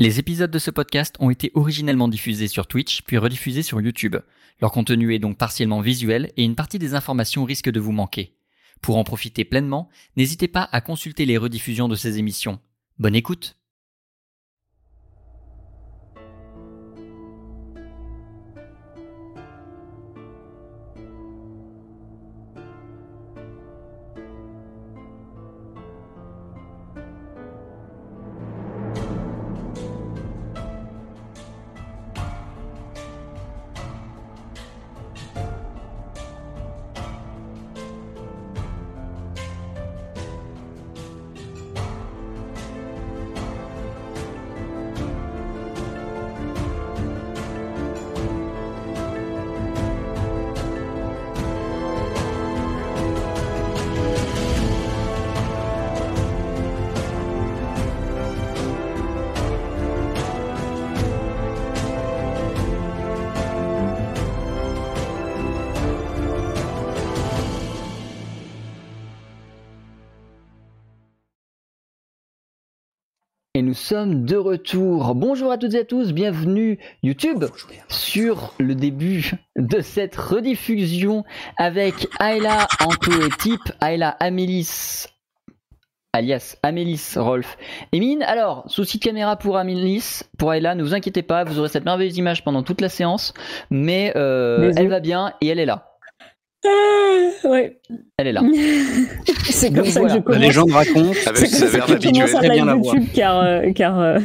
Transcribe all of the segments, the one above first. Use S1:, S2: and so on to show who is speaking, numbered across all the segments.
S1: Les épisodes de ce podcast ont été originellement diffusés sur Twitch puis rediffusés sur YouTube. Leur contenu est donc partiellement visuel et une partie des informations risque de vous manquer. Pour en profiter pleinement, n'hésitez pas à consulter les rediffusions de ces émissions. Bonne écoute
S2: Et nous sommes de retour. Bonjour à toutes et à tous, bienvenue YouTube sur le début de cette rediffusion avec Ayla Anto et Tip, Ayla Amélis, alias Amélis Rolf et Mine. Alors, souci de caméra pour Amélis, pour Ayla, ne vous inquiétez pas, vous aurez cette merveilleuse image pendant toute la séance, mais euh,
S3: Bisous.
S2: elle va bien et elle est là.
S3: Ah, Ouais,
S2: Elle est là.
S3: c'est
S2: Donc
S3: comme ça que
S2: voilà.
S3: je
S4: La
S3: commence.
S4: légende raconte
S3: C'est
S4: avec
S3: comme
S4: ses
S3: ça
S4: verbes
S3: que je
S4: habituels.
S3: commence un
S4: Très bien la
S3: live
S4: voix.
S3: YouTube car, euh, car euh,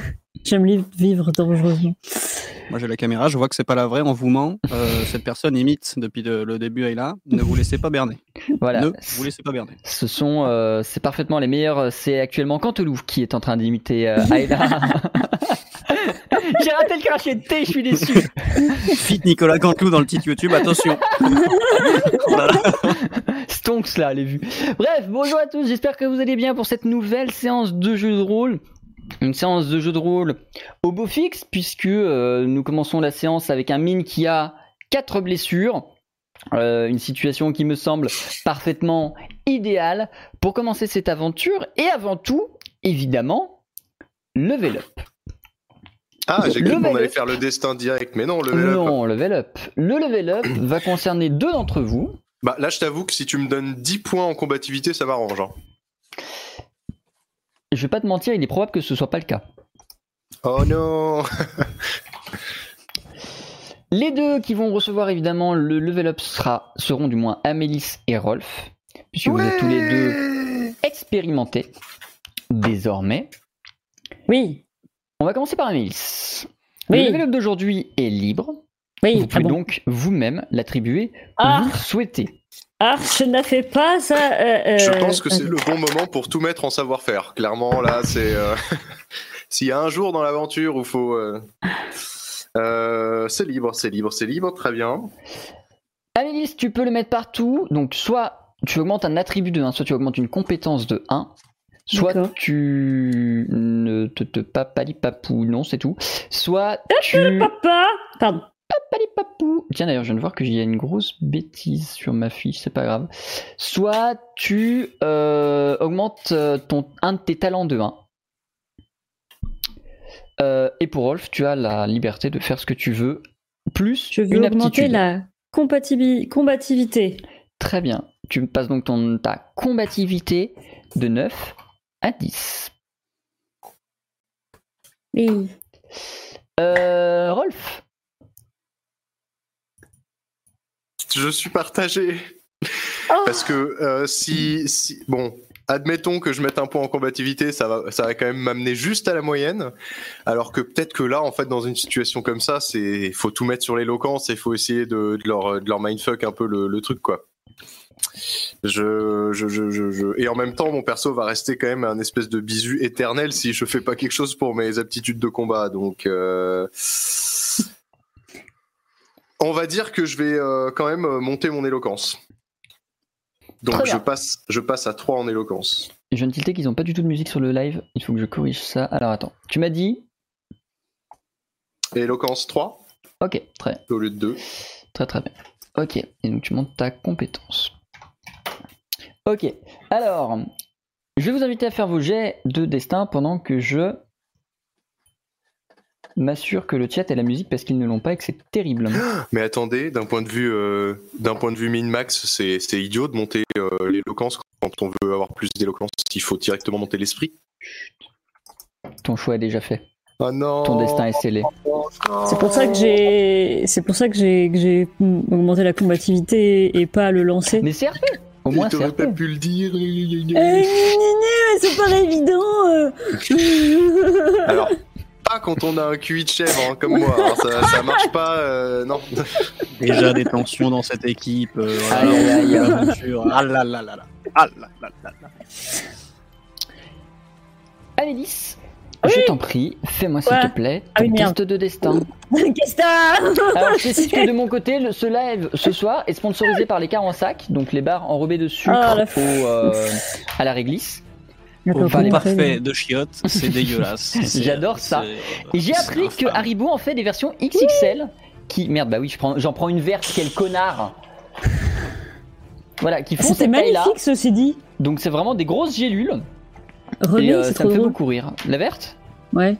S3: j'aime li- vivre dangereusement.
S4: Moi j'ai la caméra, je vois que c'est pas la vraie, on vous ment. Euh, cette personne imite depuis le, le début et là. Ne vous laissez pas berner.
S2: Voilà.
S4: Ne vous laissez pas berner.
S2: Ce sont, euh, c'est parfaitement les meilleurs. euh, C'est actuellement Canteloup qui est en train d'imiter euh, Aïda. J'ai raté le crachet de thé, je suis déçu.
S4: Fit Nicolas Cantelou dans le titre YouTube, attention. Oh là là.
S2: Stonks là, les vues. Bref, bonjour à tous, j'espère que vous allez bien pour cette nouvelle séance de jeu de rôle. Une séance de jeu de rôle au beau fixe, puisque euh, nous commençons la séance avec un mine qui a quatre blessures. Euh, une situation qui me semble parfaitement idéale pour commencer cette aventure. Et avant tout, évidemment, level up.
S5: Ah, j'ai
S2: Le
S5: cru qu'on
S2: level
S5: allait
S2: up.
S5: faire le destin direct, mais non, le level up.
S2: Non, level up. Le level up va concerner deux d'entre vous.
S5: Bah, là, je t'avoue que si tu me donnes 10 points en combativité, ça m'arrange. hein.
S2: Je vais pas te mentir, il est probable que ce soit pas le cas.
S5: Oh non
S2: Les deux qui vont recevoir évidemment le level up sera, seront du moins Amélis et Rolf, puisque vous êtes tous les deux
S5: deux.
S2: expérimentés désormais.
S3: Oui,
S2: On va commencer par Amélis. Le
S3: oui,
S2: level up d'aujourd'hui est libre.
S3: oui.
S2: Vous
S3: Ah,
S2: pouvez
S3: bon.
S2: donc vous-même l'attribuer
S3: ah,
S2: où vous souhaitez.
S3: ah, je ne fais pas ça. euh,
S5: Je
S3: euh,
S5: pense que c'est
S3: euh,
S5: le bon moment pour tout mettre en savoir-faire. Clairement, là, c'est. euh, S'il y a un jour dans l'aventure où faut. euh, euh, c'est libre, c'est libre, c'est libre, très bien.
S2: Amélis, tu peux le mettre partout. Donc soit tu augmentes un attribut de 1, soit tu augmentes une compétence de 1. Soit
S3: D'accord.
S2: tu ne te, te papalipapou, non c'est tout. Soit
S3: Ah,
S2: tu...
S3: Papa Pardon.
S2: Palipapou. Tiens d'ailleurs, je viens de voir que j'ai une grosse bêtise sur ma fiche, c'est pas grave. Soit tu euh, augmentes euh, ton, un de tes talents de 1. Euh, et pour Rolf, tu as la liberté de faire ce que tu veux, plus
S3: Je veux
S2: une
S3: augmenter
S2: aptitude.
S3: la compatibi- combativité.
S2: Très bien. Tu passes donc ton, ta combativité de 9 à 10.
S3: Oui.
S2: Euh, Rolf,
S5: Je suis partagé.
S3: Oh,
S5: Parce que euh, si, si. Bon, admettons que je mette un point en combativité, ça va, ça va quand même m'amener juste à la moyenne. Alors que peut-être que là, en fait, dans une situation comme ça, c'est faut tout mettre sur l'éloquence et faut essayer de, de leur, de leur mindfuck un peu le, le truc, quoi. Je, je, je, je, je- Et en même temps, mon perso va rester quand même un espèce de bisu éternel si je fais pas quelque chose pour mes aptitudes de combat. Donc. euh, On va dire que je vais euh, quand même euh, monter mon éloquence.
S2: Très
S5: Donc
S2: bien.
S5: je passe, je passe à 3 en éloquence.
S2: je viens de tilter qu'ils n'ont pas du tout de musique sur le live. Il faut que je corrige ça. Alors attends, tu m'as dit
S5: Et éloquence 3
S2: Ok, très bien.
S5: au lieu de 2.
S2: Très très bien. Ok, et donc tu montes ta compétence. Ok, alors, je vais vous inviter à faire vos jets de destin pendant que je m'assure que le chat et la musique parce qu'ils ne l'ont pas et que c'est terrible.
S5: Mais attendez, d'un point de vue, euh, d'un point de vue min-max, c'est c'est idiot de monter euh, l'éloquence quand on veut avoir plus d'éloquence. Il faut directement monter l'esprit.
S2: Ton choix est déjà fait.
S5: Ah non.
S2: Ton destin est scellé.
S3: C'est pour ça que j'ai, c'est pour ça que j'ai, que j'ai augmenté la combativité et pas le lancer.
S2: Mais c'est RP Au moins c'est
S5: t'aurais
S2: RP.
S5: pas pu le dire.
S3: Euh, gna, gna, gna, c'est pas évident. euh.
S5: Alors, pas quand on a un QI de chèvre hein, comme moi. hein, ça, ça marche pas. euh, non.
S4: Déjà des tensions dans cette équipe. euh, voilà,
S2: Aïe, aïe, aïe.
S4: l'aventure, Ah là là là là. Ah là là là là.
S2: Amélis, je t'en prie, fais-moi s'il
S3: Ouais.
S2: te plaît
S3: Ah
S2: ton
S3: oui, merde.
S2: test de destin.
S3: Qu'est-ce que t'as
S2: Alors, je précise que de mon côté, le- ce live ce soir est sponsorisé par les cars en sac, donc les bars enrobés de sucre
S3: Ah, la
S2: au, euh, à la réglisse.
S4: Au
S3: D'accord,
S4: fond
S3: on
S4: parfait
S3: fait-
S4: de chiottes, c'est dégueulasse. C'est-
S2: J'adore ça.
S4: c'est-
S2: Et j'ai
S4: c'est
S2: appris que
S4: infâme.
S2: Haribo en fait des versions XXL qui. Merde, bah oui, je prends- j'en prends une verte, quel connard Voilà, qui font
S3: Ah, C'était
S2: cette taille-là.
S3: magnifique, ceci dit.
S2: Donc, c'est vraiment des grosses gélules.
S3: René,
S2: et euh,
S3: c'est
S2: ça me
S3: trop
S2: fait
S3: drôle. Ah.
S2: beaucoup rire. La verte
S3: Ouais.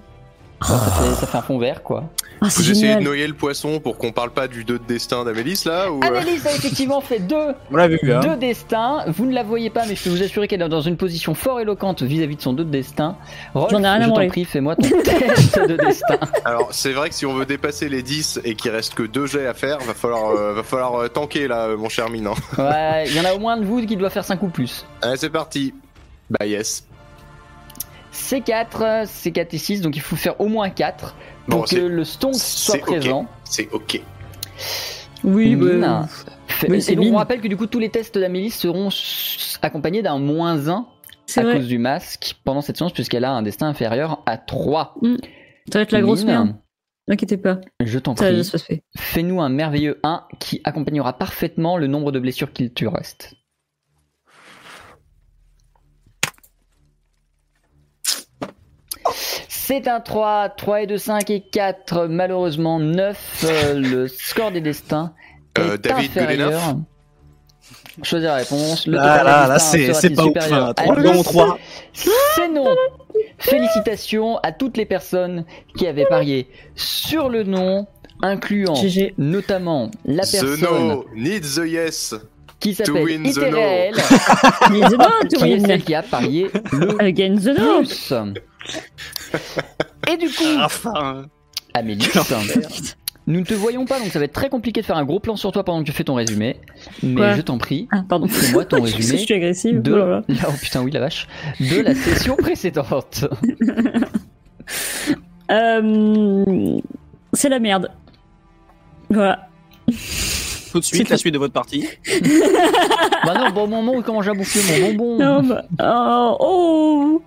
S2: ça, fait, ça fait un fond vert, quoi.
S3: Ah, c'est
S5: Vous essayez de
S3: génial.
S5: noyer le poisson pour qu'on parle pas du 2 de destin d'Amélis là ou, euh,
S2: Annelise a effectivement fait deux
S4: On l'a vu, hein.
S2: deux destins. Vous ne la voyez pas, mais je peux vous assurer qu'elle est dans une position fort éloquente vis-à-vis de son deux destin. Rolf,
S3: J'en ai rien à
S2: je t'en
S3: branler.
S2: prie, fais-moi ton test de destin.
S5: euh, Alors c'est vrai que si on veut dépasser les 10 et qu'il reste que deux jets à faire, va falloir, euh, va falloir euh, tanker là, euh, mon cher Mine. hein.
S2: Ouais, il y en a au moins de vous qui doit faire 5 ou plus.
S5: Allez, c'est parti. Bah yes.
S2: C4, euh, C4 et 6, donc il faut faire au moins 4 pour
S5: Bon,
S2: que
S5: c'est-
S2: le stonk soit
S5: c'est ok.
S2: présent.
S5: C'est ok.
S3: Oui, bah,
S2: Mine. Fait-
S3: Oui, c'est
S2: et donc on
S3: mine.
S2: rappelle que du coup tous les tests d'Amélie seront s- accompagnés d'un moins 1
S3: c'est
S2: à
S3: vrai.
S2: cause du masque pendant cette séance puisqu'elle a un destin inférieur à 3.
S3: Ça va être la grosse
S2: Mine,
S3: merde. N'inquiétez pas.
S2: Je t'en
S3: Ça va bien
S2: prie.
S3: se passer.
S2: Fais-nous un merveilleux 1 qui accompagnera parfaitement le nombre de blessures qu'il te reste. C'est un 3, 3 et 2, 5 et 4, malheureusement 9, euh, le score des destins est
S5: Euh, David
S2: inférieur.
S5: Godenauf
S2: Choisis la réponse. Le
S4: Là,
S2: total
S4: Ah là,
S2: des
S4: là,
S2: destins
S4: c'est c'est
S2: sera-t-il
S4: pas ouf.
S2: supérieur
S4: hein.
S2: à
S4: Trois
S2: dix
S4: non, trois.
S2: c'est non. Félicitations à toutes les personnes qui avaient parié sur le nom, incluant
S3: GG.
S2: notamment la
S5: The
S2: personne
S5: no needs the yes.
S2: qui s'appelle
S5: win the no.
S2: Iterael,
S3: Gain the note,
S2: qui est celle
S3: win.
S2: qui a parié le
S3: Euh, Gain the note.
S2: plus. Et du coup,
S4: Ah, enfin.
S2: Amélie, nous ne te voyons pas, donc ça va être très compliqué de faire un gros plan sur toi pendant que tu fais ton résumé. Mais
S3: Quoi
S2: je t'en prie,
S3: Ah, pardon.
S2: fais-moi ton
S3: Parce que je
S2: résumé
S3: suis agressive.
S2: de
S3: oh là là.
S2: là, oh putain oui la vache de la session précédente.
S3: Euh, c'est la merde. Voilà.
S4: Tout de suite, la suite de votre partie.
S2: Maintenant, bon moment où commence à bouffer mon bonbon.
S3: Non, bah, oh, oh.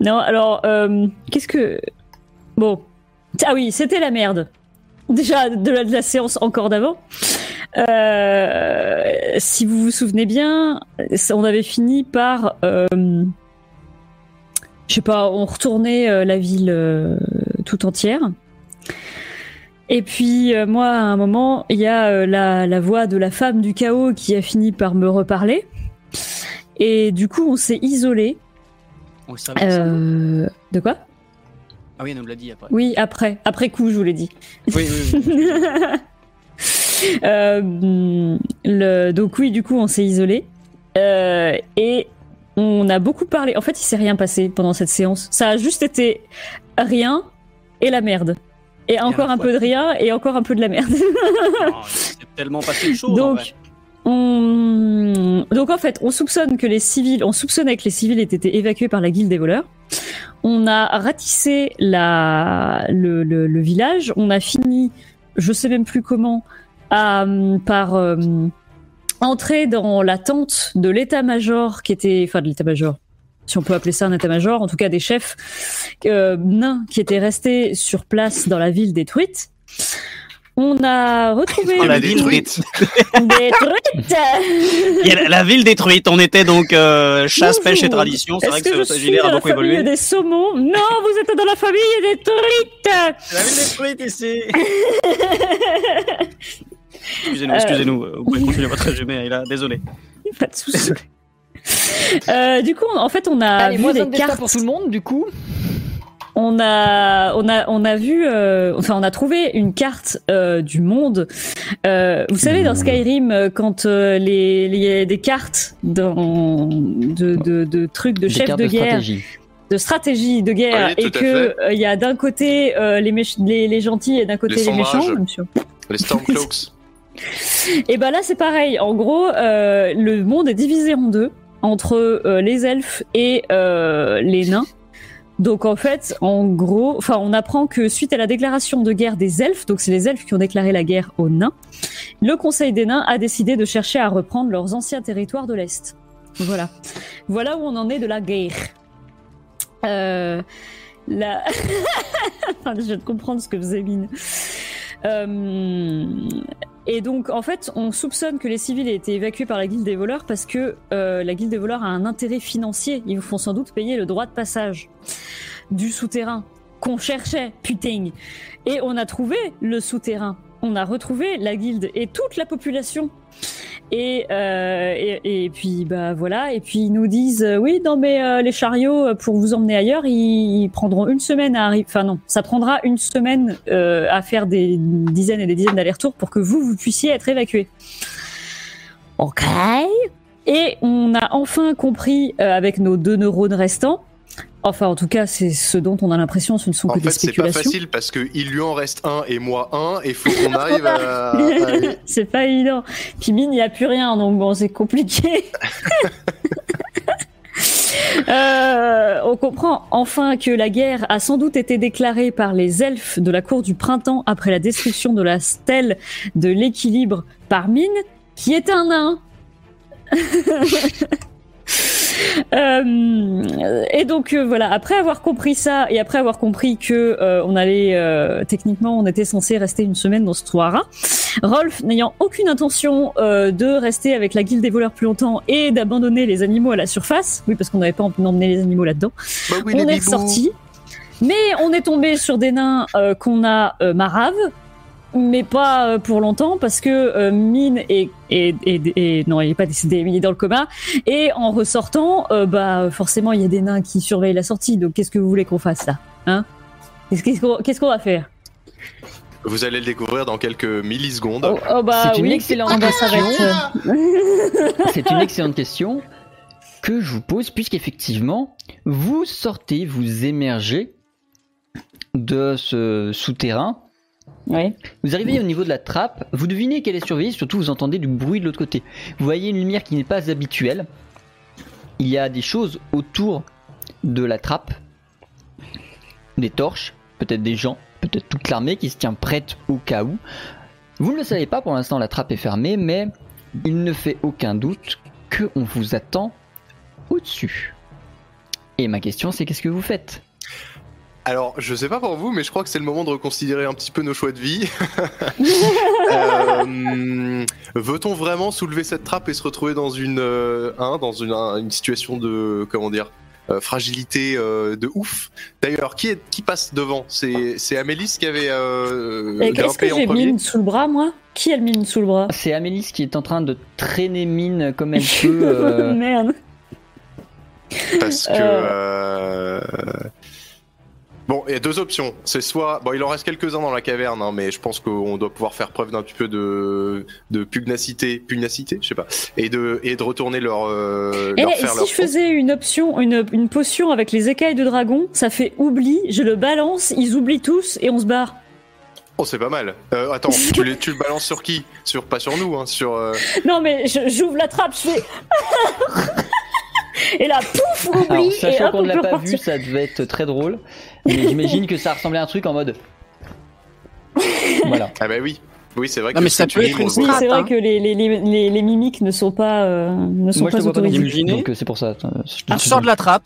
S3: Non, alors, euh, qu'est-ce que. Bon. Ah oui, c'était la merde. Déjà, de la, de la séance encore d'avant. Euh, si vous vous souvenez bien, ça- on avait fini par. euh, je sais pas, on retournait euh, la ville euh, tout entière. Et puis, euh, moi, à un moment, il y a euh, la, la voix de la femme du chaos qui a fini par me reparler. Et du coup, on s'est isolé.
S4: On le savait, ça.
S3: Euh... De quoi
S4: Ah oui, elle nous l'a dit après.
S3: Oui, après. Après coup, je vous l'ai dit.
S4: Oui, oui, oui.
S3: Euh, le... Donc oui, du coup, on s'est isolé. Euh, et on a beaucoup parlé. En fait, il s'est rien passé pendant cette séance. Ça a juste été rien et la merde. Et encore
S4: la
S3: un peu
S4: fois.
S3: de rien et encore un peu de la merde.
S4: Oh, C'est tellement passé de choses. en vrai.
S3: Donc, on... Donc en fait, on soupçonne que les civils, on soupçonnait que les civils étaient été évacués par la guilde des voleurs. On a ratissé la... le, le- le village. On a fini, je sais même plus comment, à, euh, par euh, entrer dans la tente de l'état-major qui était, enfin de l'état-major. Si on peut appeler ça un état-major, en tout cas des chefs euh, nains qui étaient restés sur place dans la ville détruite. On a retrouvé
S4: Dans la
S5: des
S4: ville
S5: truites.
S4: détruite.
S3: Détruite
S4: Il y a la- la ville détruite. On était donc euh, chasse, pêche et tradition. C'est vrai
S3: Est-ce
S4: que
S3: que, je
S4: ce
S3: suis
S4: sagillaire
S3: dans
S4: a
S3: la
S4: beaucoup
S3: famille
S4: évolué.
S3: des saumons Non, vous êtes dans la famille des truites
S4: La ville détruite ici. excusez-nous, excusez-nous. Vous pouvez continuer votre résumé, là. Désolé.
S3: Pas de soucis. Euh, du coup, on- en fait, on a
S2: Allez,
S3: vu
S2: moins un
S3: des
S2: destin
S3: cartes.
S2: pour tout le monde, du coup.
S3: on a, on a, on a vu, euh, enfin, on a trouvé une carte euh, du monde. Euh, vous savez,
S4: Mmh.
S3: dans Skyrim, euh, quand euh, les, les- des cartes dans, de, de, de trucs de
S2: Des
S3: chefs
S2: cartes
S3: de guerre,
S2: stratégie.
S3: de stratégie de guerre,
S5: Oui, tout
S3: et
S5: à
S3: que euh, il y a d'un côté euh, les, méch- les, les gentils et d'un côté les,
S5: sombrages.
S3: méchants, bien sûr.
S5: Les Stormcloaks.
S3: Et ben là, c'est pareil. En gros, euh, le monde est divisé en deux entre euh, les elfes et euh, les nains. Donc en fait, en gros, enfin, on apprend que suite à la déclaration de guerre des elfes, donc c'est les elfes qui ont déclaré la guerre aux nains, le Conseil des nains a décidé de chercher à reprendre leurs anciens territoires de l'est. Voilà, voilà où on en est de la guerre. Euh, la... Enfin, je viens de comprendre ce que faisait Mine. Euh, et donc, en fait, on soupçonne que les civils aient été évacués par la guilde des voleurs parce que euh, la guilde des voleurs a un intérêt financier. Ils vous font sans doute payer le droit de passage du souterrain qu'on cherchait, putain. Et on a trouvé le souterrain. On a retrouvé la guilde et toute la population. Et, euh, et, et puis, bah voilà. Et puis, ils nous disent euh, oui, non, mais euh, les chariots euh, pour vous emmener ailleurs, ils, ils prendront une semaine à arriver. Enfin, non, ça prendra une semaine euh, à faire des dizaines et des dizaines d'allers-retours pour que vous, vous puissiez être évacués. Ok. Et on a enfin compris euh, avec nos deux neurones restants. Enfin, en tout cas, c'est ce dont on a l'impression, ce ne sont
S5: En
S3: que
S5: fait,
S3: des
S5: c'est pas
S3: spéculations.
S5: facile parce qu'il lui en reste un et moi un, et faut qu'on arrive à. à-
S3: c'est pas évident. Puis mine, il n'y a plus rien, donc bon, c'est compliqué. Euh, on comprend enfin que la guerre a sans doute été déclarée par les elfes de la cour du printemps après la destruction de la stèle de l'équilibre par Mine, qui est un nain. Euh, et donc euh, voilà, après avoir compris ça et après avoir compris que euh, on allait euh, techniquement on était censé rester une semaine dans ce toit Rolf n'ayant aucune intention euh, de rester avec la guilde des voleurs plus longtemps et d'abandonner les animaux à la surface, oui parce qu'on n'avait pas envie d'emmener les animaux là-dedans
S5: Bah oui,
S3: on
S5: les
S3: est
S5: bibous.
S3: sorti. Mais on est tombé sur des nains euh, qu'on a euh, marave, mais pas euh, pour longtemps parce que euh, Mine est, est- est- est- non, il est pas décédé, mais il est dans le coma. Et en ressortant, euh, bah forcément, il y a des nains qui surveillent la sortie. Donc qu'est-ce que vous voulez qu'on fasse là, hein Qu'est-ce qu'est-ce qu'on qu'est-ce qu'on va faire
S5: Vous allez le découvrir dans quelques millisecondes.
S3: oh, oh, bah
S2: C'est une
S3: oui.
S2: excellente
S3: Ah, bah, ça va
S2: question.
S3: être, euh,
S2: C'est une excellente question que je vous pose, puisqu'effectivement, vous sortez, vous émergez de ce souterrain.
S3: ouais.
S2: Vous arrivez au niveau de la trappe, vous devinez qu'elle est surveillée, surtout vous entendez du bruit de l'autre côté. Vous voyez une lumière qui n'est pas habituelle. Il y a des choses autour de la trappe. Des torches, peut-être des gens, peut-être toute l'armée qui se tient prête au cas où. Vous ne le savez pas, pour l'instant la trappe est fermée, mais il ne fait aucun doute qu'on vous attend au-dessus. Et ma question c'est qu'est-ce que vous faites
S5: Alors, je sais pas pour vous, mais je crois que c'est le moment de reconsidérer un petit peu nos choix de vie. Euh, Veut-on vraiment soulever cette trappe et se retrouver dans une, euh, hein, dans une, un- une situation de comment dire euh, fragilité euh, de ouf. D'ailleurs, qui, est, qui passe devant C'est c'est Amélis qui avait euh,
S3: Et Est-ce que
S5: grimpé en
S3: j'ai
S5: premier.
S3: Mine sous le bras moi Qui a le Mine sous le bras
S2: C'est Amélis qui est en train de traîner mine comme elle peut. euh,
S3: Merde.
S5: Parce que. euh, Bon, il y a deux options. C'est soit. Bon, il en reste quelques-uns dans la caverne, hein, mais je pense qu'on doit pouvoir faire preuve d'un petit peu de, de pugnacité. Pugnacité Je sais pas. Et de, et de retourner leur. euh,
S3: Eh,
S5: leur
S3: et
S5: faire
S3: si
S5: leur
S3: je faisais une option, une, une potion avec les écailles de dragon, ça fait oubli, je le balance, ils oublient tous et on se barre.
S5: Oh, c'est pas mal. Euh, attends, tu, les- tu le balances sur qui Sur Pas sur nous, hein, sur. euh,
S3: Non mais je- j'ouvre la trappe, je fais... et là, pouf, oublie,
S2: Alors,
S3: et
S2: Ah, sachant
S3: hop,
S2: qu'on
S3: on
S2: ne l'a
S3: peut
S2: pas vu,
S3: repartir.
S2: ça devait être très drôle. Mais j'imagine que ça ressemblait à un truc en mode. Voilà.
S5: Ah, bah oui. Oui, c'est vrai
S4: Non,
S5: que.
S4: mais
S5: si
S4: ça
S5: tu
S4: peut être
S5: livres,
S4: une
S5: ouais.
S3: Oui, c'est vrai
S4: Hein.
S3: que les, les, les, les- les mimiques ne sont pas, euh, ne sont
S2: Moi, je
S3: pas
S2: te vois pas dans le
S4: autorisé.
S2: film,
S3: autorisées.
S4: Imaginez.
S2: donc euh, c'est pour ça. euh, je te-
S4: On sort de la trappe,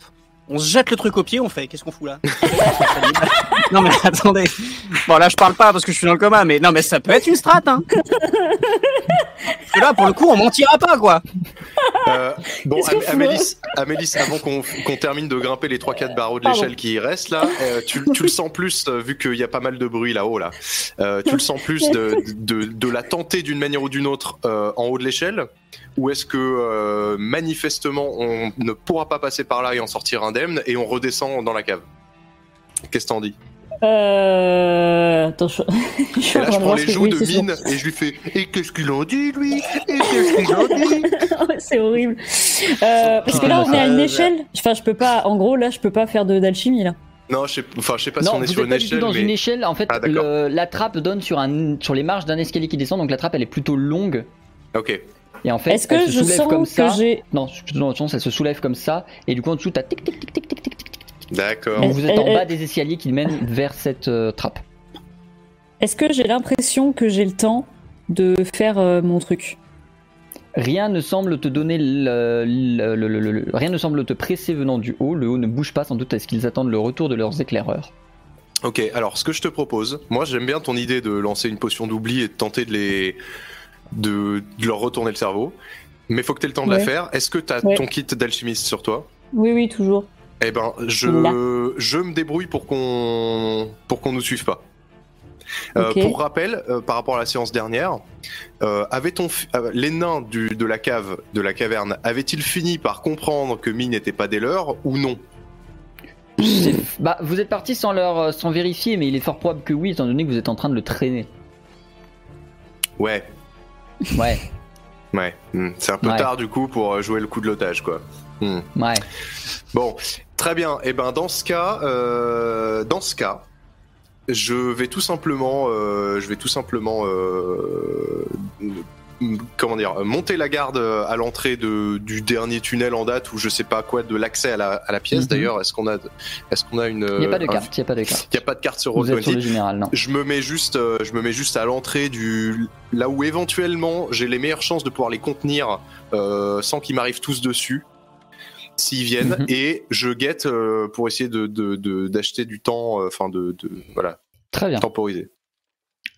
S4: on se jette le truc au pied, on fait qu'est-ce qu'on fout là Non mais attendez. Bon là je parle pas parce que je suis dans le coma, mais non mais ça peut être une strat hein. Parce que là pour le coup on mentira pas quoi.
S5: Euh, bon,
S3: Qu'est-ce qu'on
S5: Am-
S3: fout,
S5: Amélis, Amélis, avant qu'on qu'on termine de grimper les 3-4 barreaux de
S3: Pardon.
S5: l'échelle qui restent là, euh, tu, tu le sens plus, euh, vu qu'il y a pas mal de bruit là-haut, là. Euh, tu le sens plus de, de, de la tenter d'une manière ou d'une autre euh, en haut de l'échelle Ou est-ce que euh, manifestement on ne pourra pas passer par là et en sortir indemne et on redescend dans la cave Qu'est-ce que t'en dis
S3: Euh... Attends, je... je suis
S5: Et
S3: en
S5: là,
S3: train
S5: je prends
S3: voir ce
S5: les
S3: que-
S5: joues
S3: oui,
S5: de
S3: c'est sûr.
S5: mine et je lui fais Et qu'est-ce qu'il en dit, lui Et qu'est-ce qu'il en dit
S3: c'est horrible. Euh, parce que là, on est à une échelle. Enfin, je peux pas. En gros, là, je peux pas faire de d'alchimie là.
S5: Non, je sais, enfin, je sais pas si
S2: Non,
S5: on est
S2: vous
S5: sur
S2: êtes
S5: une
S2: pas du tout
S5: échelle,
S2: dans
S5: mais.
S2: une échelle. En fait,
S5: Ah, d'accord.
S2: le- la trappe donne sur, un, sur les marches d'un escalier qui descend, donc la trappe elle est plutôt longue.
S5: Ok.
S2: Et en fait,
S3: Est-ce que
S2: elle se
S3: je
S2: soulève
S3: sens
S2: comme
S3: que
S2: ça.
S3: j'ai
S2: Non, je- non, non, elle se soulève comme ça, et du coup en dessous t'as tic tic tic tic tic tic tic.
S5: D'accord.
S2: Donc vous êtes en
S3: elle-
S2: bas des escaliers qui mènent vers cette euh, trappe.
S3: Est-ce que j'ai l'impression que j'ai le temps de faire euh, mon truc
S2: Rien ne semble te donner le, le- le- le- le- rien ne semble te presser venant du haut. Le haut ne bouge pas sans doute à ce qu'ils attendent le retour de leurs éclaireurs.
S5: Ok, alors ce que je te propose, moi j'aime bien ton idée de lancer une potion d'oubli et de tenter de les. de, de leur retourner le cerveau. Mais faut que t'aies le temps de
S3: Ouais.
S5: la faire. Est-ce que t'as
S3: Ouais.
S5: ton kit d'alchimiste sur toi
S3: Oui, oui, toujours.
S5: Eh ben,
S3: Là.
S5: je, je me débrouille pour qu'on pour qu'on nous suive pas. Euh,
S3: Ok.
S5: Pour rappel, euh, par rapport à la séance dernière, euh, avait-on fi- euh, les nains du, de la cave de la caverne avaient-ils fini par comprendre que Mine n'était pas des leurs ou non
S2: C'est- Bah, vous êtes parti sans leur euh, sans vérifier, mais il est fort probable que oui, étant donné que vous êtes en train de le traîner.
S5: Ouais,
S2: Ouais,
S5: ouais. Hmm. C'est un peu
S2: Ouais.
S5: tard du coup pour euh, jouer le coup de l'otage quoi.
S2: ouais.
S5: Bon, très bien. Et ben dans ce cas, euh, dans ce cas, je vais tout simplement, euh, je vais tout simplement, euh, m- comment dire, monter la garde euh, à l'entrée de- du dernier tunnel en date ou je sais pas quoi de l'accès à la, à la pièce.
S2: Mhm.
S5: D'ailleurs, est-ce qu'on a, est-ce qu'on a une euh,
S2: Il y a pas de
S5: un-
S2: carte, il y a pas de carte.
S5: Il y a pas de carte sur
S2: Vous êtes
S5: Roll20.
S2: sur le général, non.
S5: Je me mets juste, euh, je me mets juste à l'entrée du là où éventuellement j'ai les meilleures chances de pouvoir les contenir euh, sans qu'ils m'arrivent tous dessus s'ils viennent
S2: Mhm.
S5: et je guette euh, pour essayer de de- de- d'acheter du temps, euh, enfin de, de- voilà
S2: Très bien.
S5: temporiser.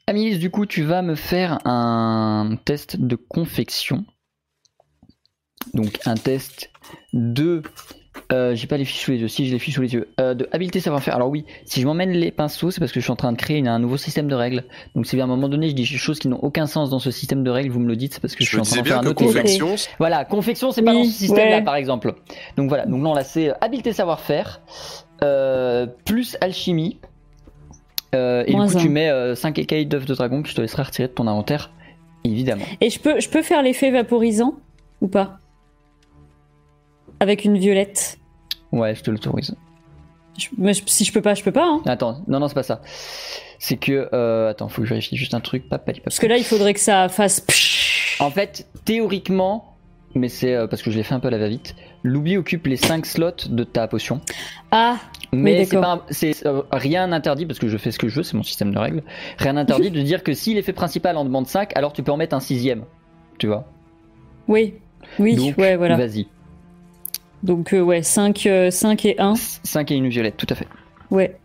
S2: Amélis, du coup, tu vas me faire un test de confection. Donc un test de... euh, j'ai pas les fiches sous les yeux, si j'ai les fiches sous les yeux. Euh, de habileté savoir-faire. Alors oui, si je m'emmène les pinceaux, c'est parce que je suis en train de créer une- un nouveau système de règles. Donc si à un moment donné je dis des choses qui n'ont aucun sens dans ce système de règles, vous me le dites, c'est parce que je,
S5: Je
S2: suis
S5: me
S2: en train
S5: disais
S2: de faire
S5: bien
S2: un
S5: que
S2: autre test.
S5: confection,
S2: Voilà, confection, c'est pas dans
S3: Oui,
S2: ce système-là,
S3: ouais.
S2: par exemple. Donc voilà, donc là, on a c'est euh, habileté savoir-faire, euh, plus alchimie. Euh, et
S3: Moins
S2: du coup,
S3: un.
S2: tu mets 5 écailles d'œufs de dragon que je te laisserai retirer de ton inventaire, évidemment.
S3: Et je peux, je peux faire l'effet vaporisant ou pas Avec une violette.
S2: Ouais, je te l'autorise.
S3: Je- mais je- si je peux pas, je peux pas. Hein.
S2: Attends, non, non, c'est pas ça. C'est que. euh, attends, faut que je vérifie juste un truc. Papa, papa.
S3: Parce que là, il faudrait que ça fasse.
S2: En fait, théoriquement, mais c'est euh, parce que je l'ai fait un peu à la va-vite, l'oubli occupe les 5 slots de ta potion.
S3: Ah,
S2: Mais
S3: Oui,
S2: c'est
S3: d'accord.
S2: pas, un- c'est euh, rien n'interdit parce que je fais ce que je veux, c'est mon système de règles. Rien n'interdit de dire que si l'effet principal en demande 5, alors tu peux en mettre un sixième. Tu vois
S3: oui. Oui,
S2: Donc, bah-
S3: ouais, voilà.
S2: Vas-y.
S3: Donc, euh, ouais, 5, et 1.
S2: 5 et une violette, tout à fait.
S3: Ouais.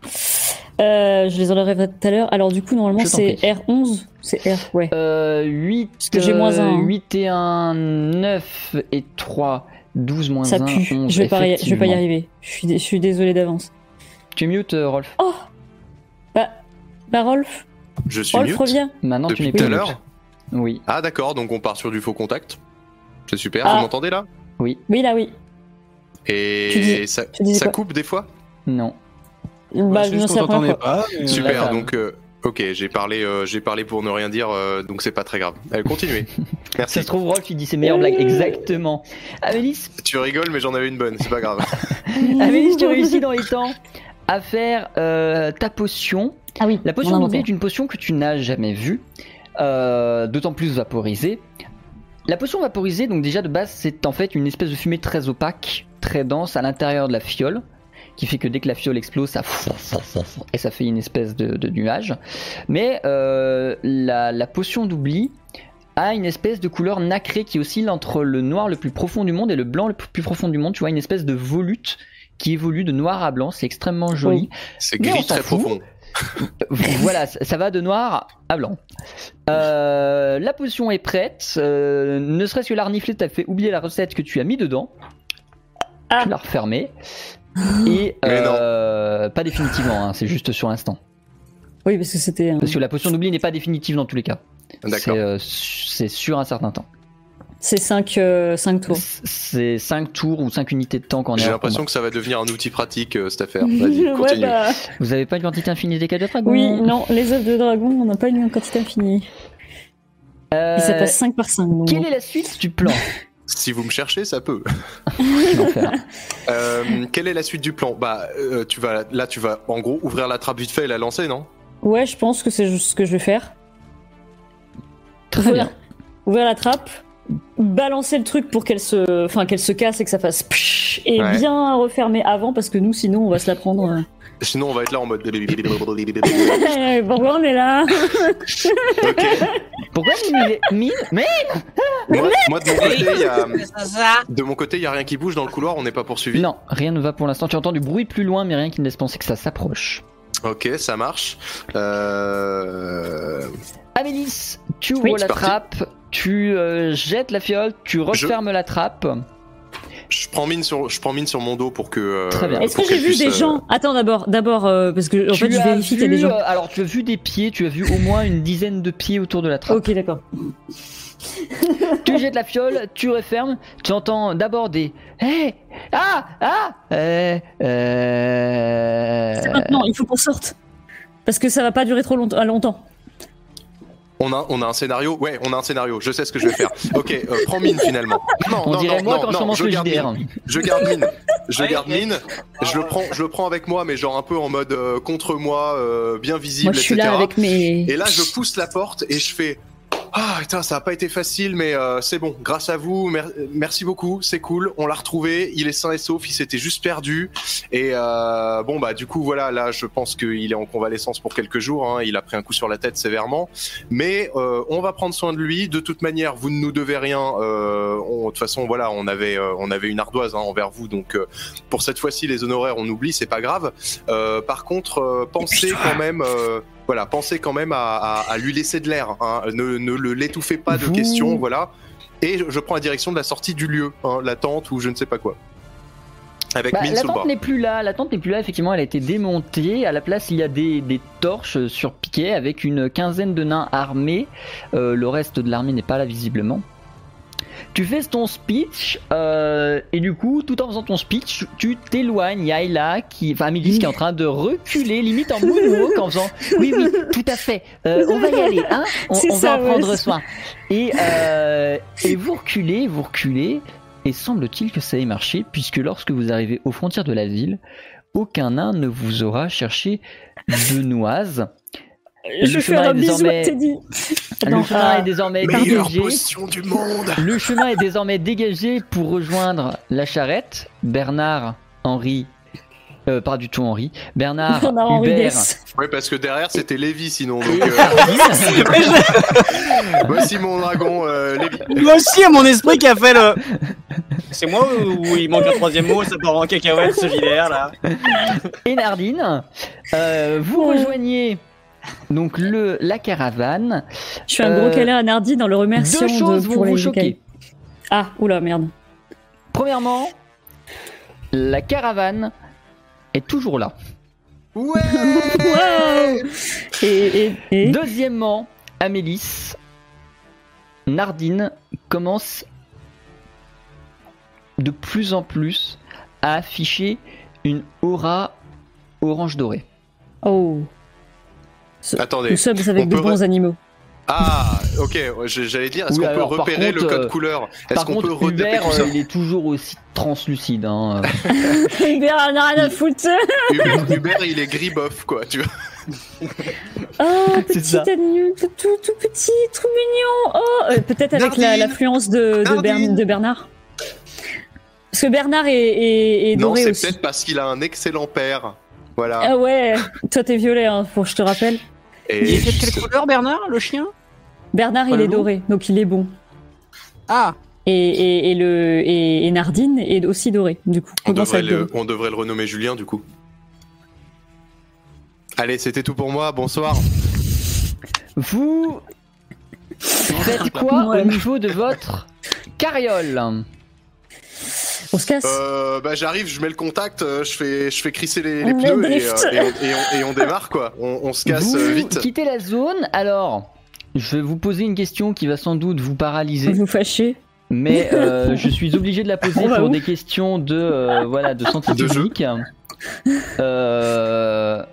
S3: Euh, je les enlèverai tout à l'heure. Alors, du coup, normalement,
S2: Je t'en
S3: c'est
S2: prie.
S3: R11. C'est R, ouais.
S2: Euh, 8,
S3: Parce que j'ai moins un, hein.
S2: 8 et 1, 9 et 3, 12 moins
S3: ça
S2: 1,
S3: pue.
S2: 11.
S3: je, vais pas y, je vais pas y
S2: effectivement.
S3: arriver. Je suis, dé- je suis désolée d'avance.
S2: Tu mutes, euh, Rolf.
S3: Oh Bah, bah Rolf,
S5: je suis
S3: Rolf,
S5: mute
S3: reviens.
S2: Maintenant, tu
S5: depuis
S2: n'es
S5: tout
S2: plus
S5: à
S2: mute.
S5: l'heure.
S2: Oui,
S5: Ah d'accord, donc on part sur du faux contact. C'est super,
S3: Ah.
S5: vous m'entendez là
S2: oui,
S3: Oui, là, oui. Tu
S5: Et
S3: dis-
S5: ça,
S3: tu disais
S5: ça
S3: quoi
S5: coupe des fois.
S2: non.
S5: Ah,
S3: Bah, je
S4: juste
S3: sais
S4: qu'on
S3: la première
S4: t'entendait
S3: fois.
S4: pas. mais-
S5: Super,
S2: ça-
S5: donc euh, ok, j'ai parlé, euh, j'ai parlé pour ne rien dire, euh, donc c'est pas très grave. Allez, continuez. Merci.
S2: Ça se trouve, Rolf, tu dis ses meilleures blagues. Exactement. Amélis,
S5: Tu rigoles, mais j'en avais une bonne, c'est pas grave.
S2: Amélis, tu Ah réussis dans les temps à faire euh, ta potion.
S3: Ah oui,
S2: La potion
S3: mon
S2: d'oubli est
S3: inventaire.
S2: une potion que tu n'as jamais vue, euh, d'autant plus vaporisée. La potion vaporisée, donc déjà de base, c'est en fait une espèce de fumée très opaque, très dense à l'intérieur de la fiole, qui fait que dès que la fiole explose, ça et ça fait une espèce de, de nuage. Mais euh, la, la potion d'oubli a une espèce de couleur nacrée qui oscille entre le noir le plus profond du monde et le blanc le plus profond du monde. Tu vois une espèce de volute qui évolue de noir à blanc, c'est extrêmement joli.
S5: C'est
S2: Mais on
S5: gris
S2: s'en
S5: très
S2: fout.
S5: profond.
S2: voilà, ça ça va de noir à blanc. Euh, la potion est prête. euh, ne serait-ce que la renifler t'a fait oublier la recette que tu as mis dedans.
S3: Ah.
S2: Tu l'as refermée. Et
S5: Mais non.
S2: euh, pas définitivement, hein, c'est juste sur l'instant.
S3: Oui, parce que c'était. euh, un-
S2: Parce que la potion d'oubli n'est pas définitive dans tous les cas. C'est
S5: D'accord.
S2: euh, su- c'est sur un certain temps.
S3: C'est 5 tours.
S2: C'est 5 tours ou 5 unités de temps qu'on est
S5: J'ai
S2: hors
S5: l'impression
S2: combat.
S5: que ça va devenir un outil pratique, euh, cette affaire. Vas-y,
S3: Ouais,
S5: continue.
S3: bah,
S2: Vous avez pas une quantité infinie des de dragon
S3: Oui, non, les œufs de dragon, on n'a pas une quantité infinie.
S2: Euh,
S3: Et ça passe 5 par 5. Donc...
S2: Quelle est la suite du plan
S5: Si vous me cherchez, ça peut.
S2: L'enfer.
S5: Euh, quelle est la suite du plan Bah, euh, tu vas là, tu vas en gros ouvrir la trappe vite fait et la lancer, non
S3: Ouais, je pense que c'est juste ce que je vais faire.
S2: Très
S3: Ouvrir-
S2: bien.
S3: Ouvrir la trappe, balancer le truc pour qu'elle se, enfin, qu'elle se casse et que ça fasse psh, et
S5: Ouais.
S3: bien refermer avant parce que nous, sinon, on va se la prendre. hein.
S5: Sinon, on va être là en mode.
S3: Eh, Pourquoi on est là
S5: Ok.
S2: Pourquoi vous m'avez mis Mais
S5: Moi, moi, de mon côté, il y a.
S4: Ça, ça.
S5: De mon côté, il n'y a rien qui bouge dans le couloir, on n'est pas poursuivi.
S2: Non, rien ne va pour l'instant. Tu entends du bruit plus loin, mais rien qui ne laisse penser que ça s'approche.
S5: Ok, ça marche. Euh...
S2: Amélis, tu ouvres
S3: Oui,
S2: la
S5: c'est parti.
S2: trappe, tu euh, jettes la fiole, tu refermes la trappe.
S5: Je, prends mine sur, je prends mine sur mon dos pour que. euh,
S2: Très bien.
S3: Est-ce que
S5: pour
S3: j'ai
S5: qu'elle
S3: vu
S5: puisse,
S3: des
S5: euh,
S3: gens Attends d'abord, d'abord euh, parce que en
S2: tu
S3: fait, je
S2: as
S3: vérifie qu'il y a
S2: vu,
S3: des gens.
S2: euh, Alors, tu as vu des pieds, tu as vu au moins une dizaine de pieds autour de la trappe.
S3: Ok, d'accord.
S2: Tu jettes la fiole, tu refermes, tu entends d'abord des Hey Ah Ah euh, euh...
S3: C'est maintenant, il faut qu'on sorte parce que ça va pas durer trop longtemps. à longtemps.
S5: On a, on a un scénario Ouais, on a un scénario, je sais ce que je vais faire. Ok, euh, prends mine finalement. Non,
S2: On
S5: non,
S2: dirait
S5: non,
S2: moi
S5: non,
S2: quand je
S5: non,
S2: commence le
S5: garde
S2: JDR.
S5: mine. Je garde mine. Je
S4: Ouais,
S5: garde
S4: ouais.
S5: mine. Je le prends, je le prends avec moi, mais genre un peu en mode euh, contre moi, euh, bien visible,
S3: Moi, je suis
S5: etc.
S3: là avec mes.
S5: Et là, je pousse la porte et je fais Ah, putain, ça n'a pas été facile, mais euh, c'est bon. Grâce à vous, mer- merci beaucoup, c'est cool. On l'a retrouvé, il est sain et sauf, il s'était juste perdu. Et euh, bon, bah, du coup, voilà, là, je pense qu'il est en convalescence pour quelques jours. hein. Il a pris un coup sur la tête sévèrement. Mais euh, on va prendre soin de lui. De toute manière, vous ne nous devez rien. Euh, on- de toute façon, voilà, on avait, euh, on avait une ardoise hein, envers vous. Donc, euh, pour cette fois-ci, les honoraires, on oublie, c'est pas grave. Euh, par contre, euh, pensez quand même. euh, voilà, pensez quand même à, à- à lui laisser de l'air. hein. Ne, ne le- l'étouffez pas de
S2: Vous-
S5: questions, voilà. Et je- je prends la direction de la sortie du lieu, hein, la tente ou je ne sais pas quoi. Avec
S2: Bah,
S5: mine
S2: la
S5: sous le bras.
S2: tente n'est plus là, la tente n'est plus là, effectivement, elle a été démontée. À la place, il y a des, des torches sur piquet avec une quinzaine de nains armés. Euh, le reste de l'armée n'est pas là, visiblement. Tu fais ton speech, euh, et du coup, tout en faisant ton speech, tu t'éloignes. Il y a Ayla qui, enfin, Amélis qui est en train de reculer, limite en moonwalk, en faisant Oui, oui, tout à fait, euh, on va y aller, hein, on,
S3: C'est
S2: on
S3: ça,
S2: va en prendre
S3: ouais.
S2: soin. Et, euh, et vous reculez, vous reculez, et semble-t-il que ça ait marché, puisque lorsque vous arrivez aux frontières de la ville, aucun nain ne vous aura cherché de noise.
S3: Je
S2: le
S3: fais
S2: chemin
S3: un
S2: est
S3: bisou à
S2: désormais-
S3: Teddy.
S2: Le
S3: Attends,
S2: chemin
S3: ah,
S2: est désormais
S5: Meilleure
S2: dégagé.
S5: potion du monde
S2: Le chemin est désormais dégagé pour rejoindre la charrette. Bernard, Henri, euh, pas du tout Henri, Bernard,
S3: On a Henri
S2: Hubert.
S3: Dess.
S5: Oui, parce que derrière, c'était Lévi, sinon. Donc, euh,
S4: Mais je-
S5: voici mon dragon, euh, Lévi.
S4: Moi aussi, à mon esprit qui a fait le. C'est moi ou il manque un troisième mot Ça part en cacahuète ce JDR là.
S2: et Nardine. Euh, vous
S3: Ouais.
S2: rejoignez donc le, la caravane.
S3: Je fais un gros
S2: Euh,
S3: câlin à Nardi dans le remerciant
S2: Deux choses
S3: de,
S2: vont
S3: pour les
S2: vous choquer.
S3: écailles. Ah, oula, merde.
S2: Premièrement, la caravane est toujours là.
S5: Ouais
S3: Waouh Et, et, et...
S2: Deuxièmement, Amélis, Nardine commence de plus en plus à afficher une aura orange dorée.
S3: Oh,
S5: Attendez.
S3: nous sommes
S5: on
S3: avec de
S5: peut
S3: bons animaux.
S5: Ah, ok, je- j'allais dire, est-ce
S2: Oui,
S5: qu'on peut
S2: alors, par
S5: repérer
S2: contre,
S5: le code
S2: euh,
S5: couleur Est-ce
S2: Par
S5: qu'on peut
S2: contre,
S5: retaper
S2: Hubert,
S5: tout ça
S2: euh, il est toujours aussi translucide. hein.
S3: Hubert en a rien à foutre
S5: Hubert, Hubert, il est gris bof, quoi, tu vois.
S3: Oh,
S2: C'est
S3: petit
S2: ça.
S3: agneau, tout, tout, tout petit, trop mignon Oh, euh, peut-être avec la-
S5: Nardine
S3: l'affluence de, de, Bern-
S5: Nardine
S3: de Bernard. Parce que Bernard est, est- est
S5: Non,
S3: doré
S5: c'est
S3: aussi.
S5: peut-être parce qu'il a un excellent père. Voilà.
S3: Ah ouais, toi t'es violet, hein, pour je te rappelle.
S4: est
S5: Et je-
S4: couleur Bernard, le chien
S3: Bernard,
S5: Ah,
S4: Pas
S3: il
S4: le
S3: est
S4: loup
S3: doré, donc il est bon.
S4: Ah
S3: Et, et, et le, et, et Nardine est aussi dorée, du coup.
S5: on,
S3: Commence à
S5: devrait
S3: être
S5: le,
S3: dorée.
S5: on devrait le renommer Julien, du coup. Allez, c'était tout pour moi, bonsoir.
S2: Vous faites quoi
S3: Ouais.
S2: au niveau de votre carriole
S3: On se casse
S5: Euh, bah, j'arrive, je mets le contact, euh, je fais, je fais crisser les, les
S3: Le
S5: pneus et,
S3: drift.
S5: euh, et on, et on- et on démarre, quoi. On, on se casse
S2: vous
S5: euh, vite.
S2: quittez la
S5: Euh,
S2: zone. Alors, je vais vous poser une question qui va sans doute vous paralyser,
S3: Vous fâchez
S2: mais euh, je suis obligé de la poser
S3: Mhm. On va
S2: pour
S3: où
S2: des questions de euh, voilà de santé
S5: De jeu.
S2: publique. Euh,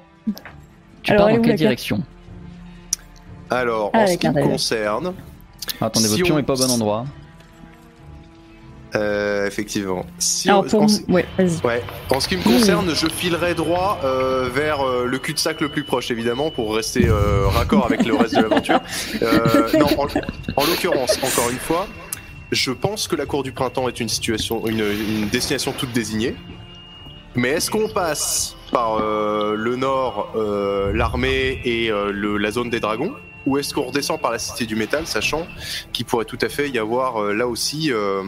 S2: tu
S3: Alors,
S2: pars
S3: elle est
S2: dans quelle
S3: où, la carte
S2: direction
S5: Alors,
S3: Ah,
S5: en ce
S3: la
S5: qui
S3: carte,
S5: me
S3: elle est là.
S5: concerne,
S2: Attendez,
S5: Si
S2: votre pion
S5: on-
S2: est pas au bon endroit.
S5: euh, effectivement, si
S3: Alors
S5: on-
S3: pour
S5: en,
S3: m- ouais, vas-y.
S5: ouais, en ce qui me concerne, je filerai droit euh, vers euh, le cul-de-sac le plus proche, évidemment, pour rester euh, raccord avec le reste de l'aventure. Euh, non, en, en l'occurrence, encore une fois, je pense que la cour du printemps est une situation, une, une destination toute désignée. Mais est-ce qu'on passe par euh, le nord, euh, l'armée et euh, le- la zone des dragons Ou est-ce qu'on redescend par la cité du métal, sachant qu'il pourrait tout à fait y avoir euh, là aussi euh,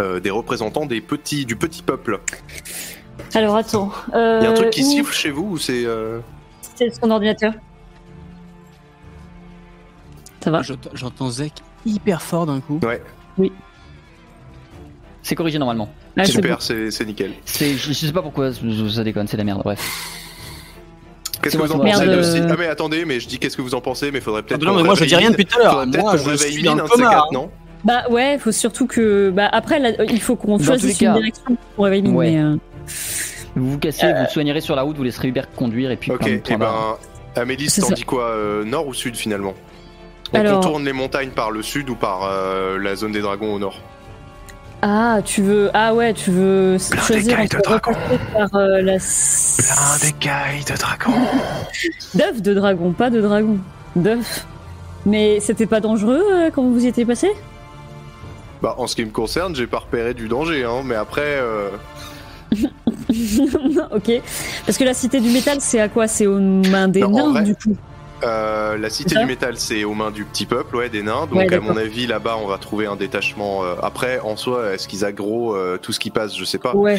S5: euh, des représentants des petits, du petit peuple
S3: Alors attends. Euh,
S5: Il y a un truc qui
S3: où-
S5: siffle chez vous ou c'est. euh,
S3: Ah, C'est son ordinateur. Ça va
S4: Ah, J'ent- J'entends Zek hyper fort d'un coup.
S2: C'est corrigé normalement.
S3: Ah, c'est
S5: Super, c'est c'est nickel.
S2: C'est je, je sais pas pourquoi ça ça déconne, c'est la merde. Bref. C'est
S5: Qu'est-ce que
S2: moi
S5: vous
S2: qui
S5: en
S2: vois.
S5: pensez
S3: Merde,
S5: de ces-
S3: euh.
S5: Ah, mais attendez, mais je dis qu'est-ce que vous en pensez, mais faudrait
S4: Ah,
S5: peut-être.
S4: non,
S5: qu'on
S4: mais moi je
S5: réveille
S4: dis rien
S5: Lynn.
S4: depuis tout à l'heure.
S5: Faudrait peut-être
S4: Moi
S5: qu'on
S4: je
S5: réveille
S4: suis dans
S5: Lynn,
S4: le
S5: un de ces
S4: coma.
S5: quatre,
S4: hein.
S5: non
S3: bon. Bah ouais, faut surtout que. Bah après, là, il faut qu'on
S2: Dans tous
S3: choisisse
S2: les
S3: une
S2: cas.
S3: direction pour réveiller Mine,
S2: Ouais.
S3: mais, euh,
S2: Vous vous cassez, vous soignerez sur la route, vous laisserez Hubert conduire et puis
S5: Ok,
S2: plein de
S5: et
S2: points barres.
S5: ben. Amélie,
S3: C'est
S5: t'en
S3: ça.
S5: dis quoi euh, Nord ou sud finalement On
S3: Alors-
S5: contourne les montagnes par le sud ou par euh, la zone des dragons au nord
S3: Ah, tu veux. Ah ouais, tu veux s-
S5: Plein
S3: choisir
S5: d'écailles de
S3: entre
S5: dragon.
S3: repasser par euh, la. s-
S5: d'écailles de dragons
S3: D'œuf de dragon, pas de dragon. D'œuf. Mais c'était pas dangereux euh, quand vous y étiez passé
S5: Bah, en ce qui me concerne, j'ai pas repéré du danger, hein, mais après. euh,
S3: Ok. Parce que la cité du métal, c'est à quoi C'est aux mains des
S5: Non, en
S3: nains,
S5: vrai,
S3: du coup.
S5: Euh, la cité
S3: Ça
S5: du métal, c'est aux mains du petit peuple, ouais, des nains. Donc,
S3: Ouais,
S5: à
S3: d'accord.
S5: mon avis, là-bas, on va trouver un détachement. euh, Après, en soi, est-ce qu'ils aggro euh, tout ce qui passe Je sais pas.
S3: Ouais.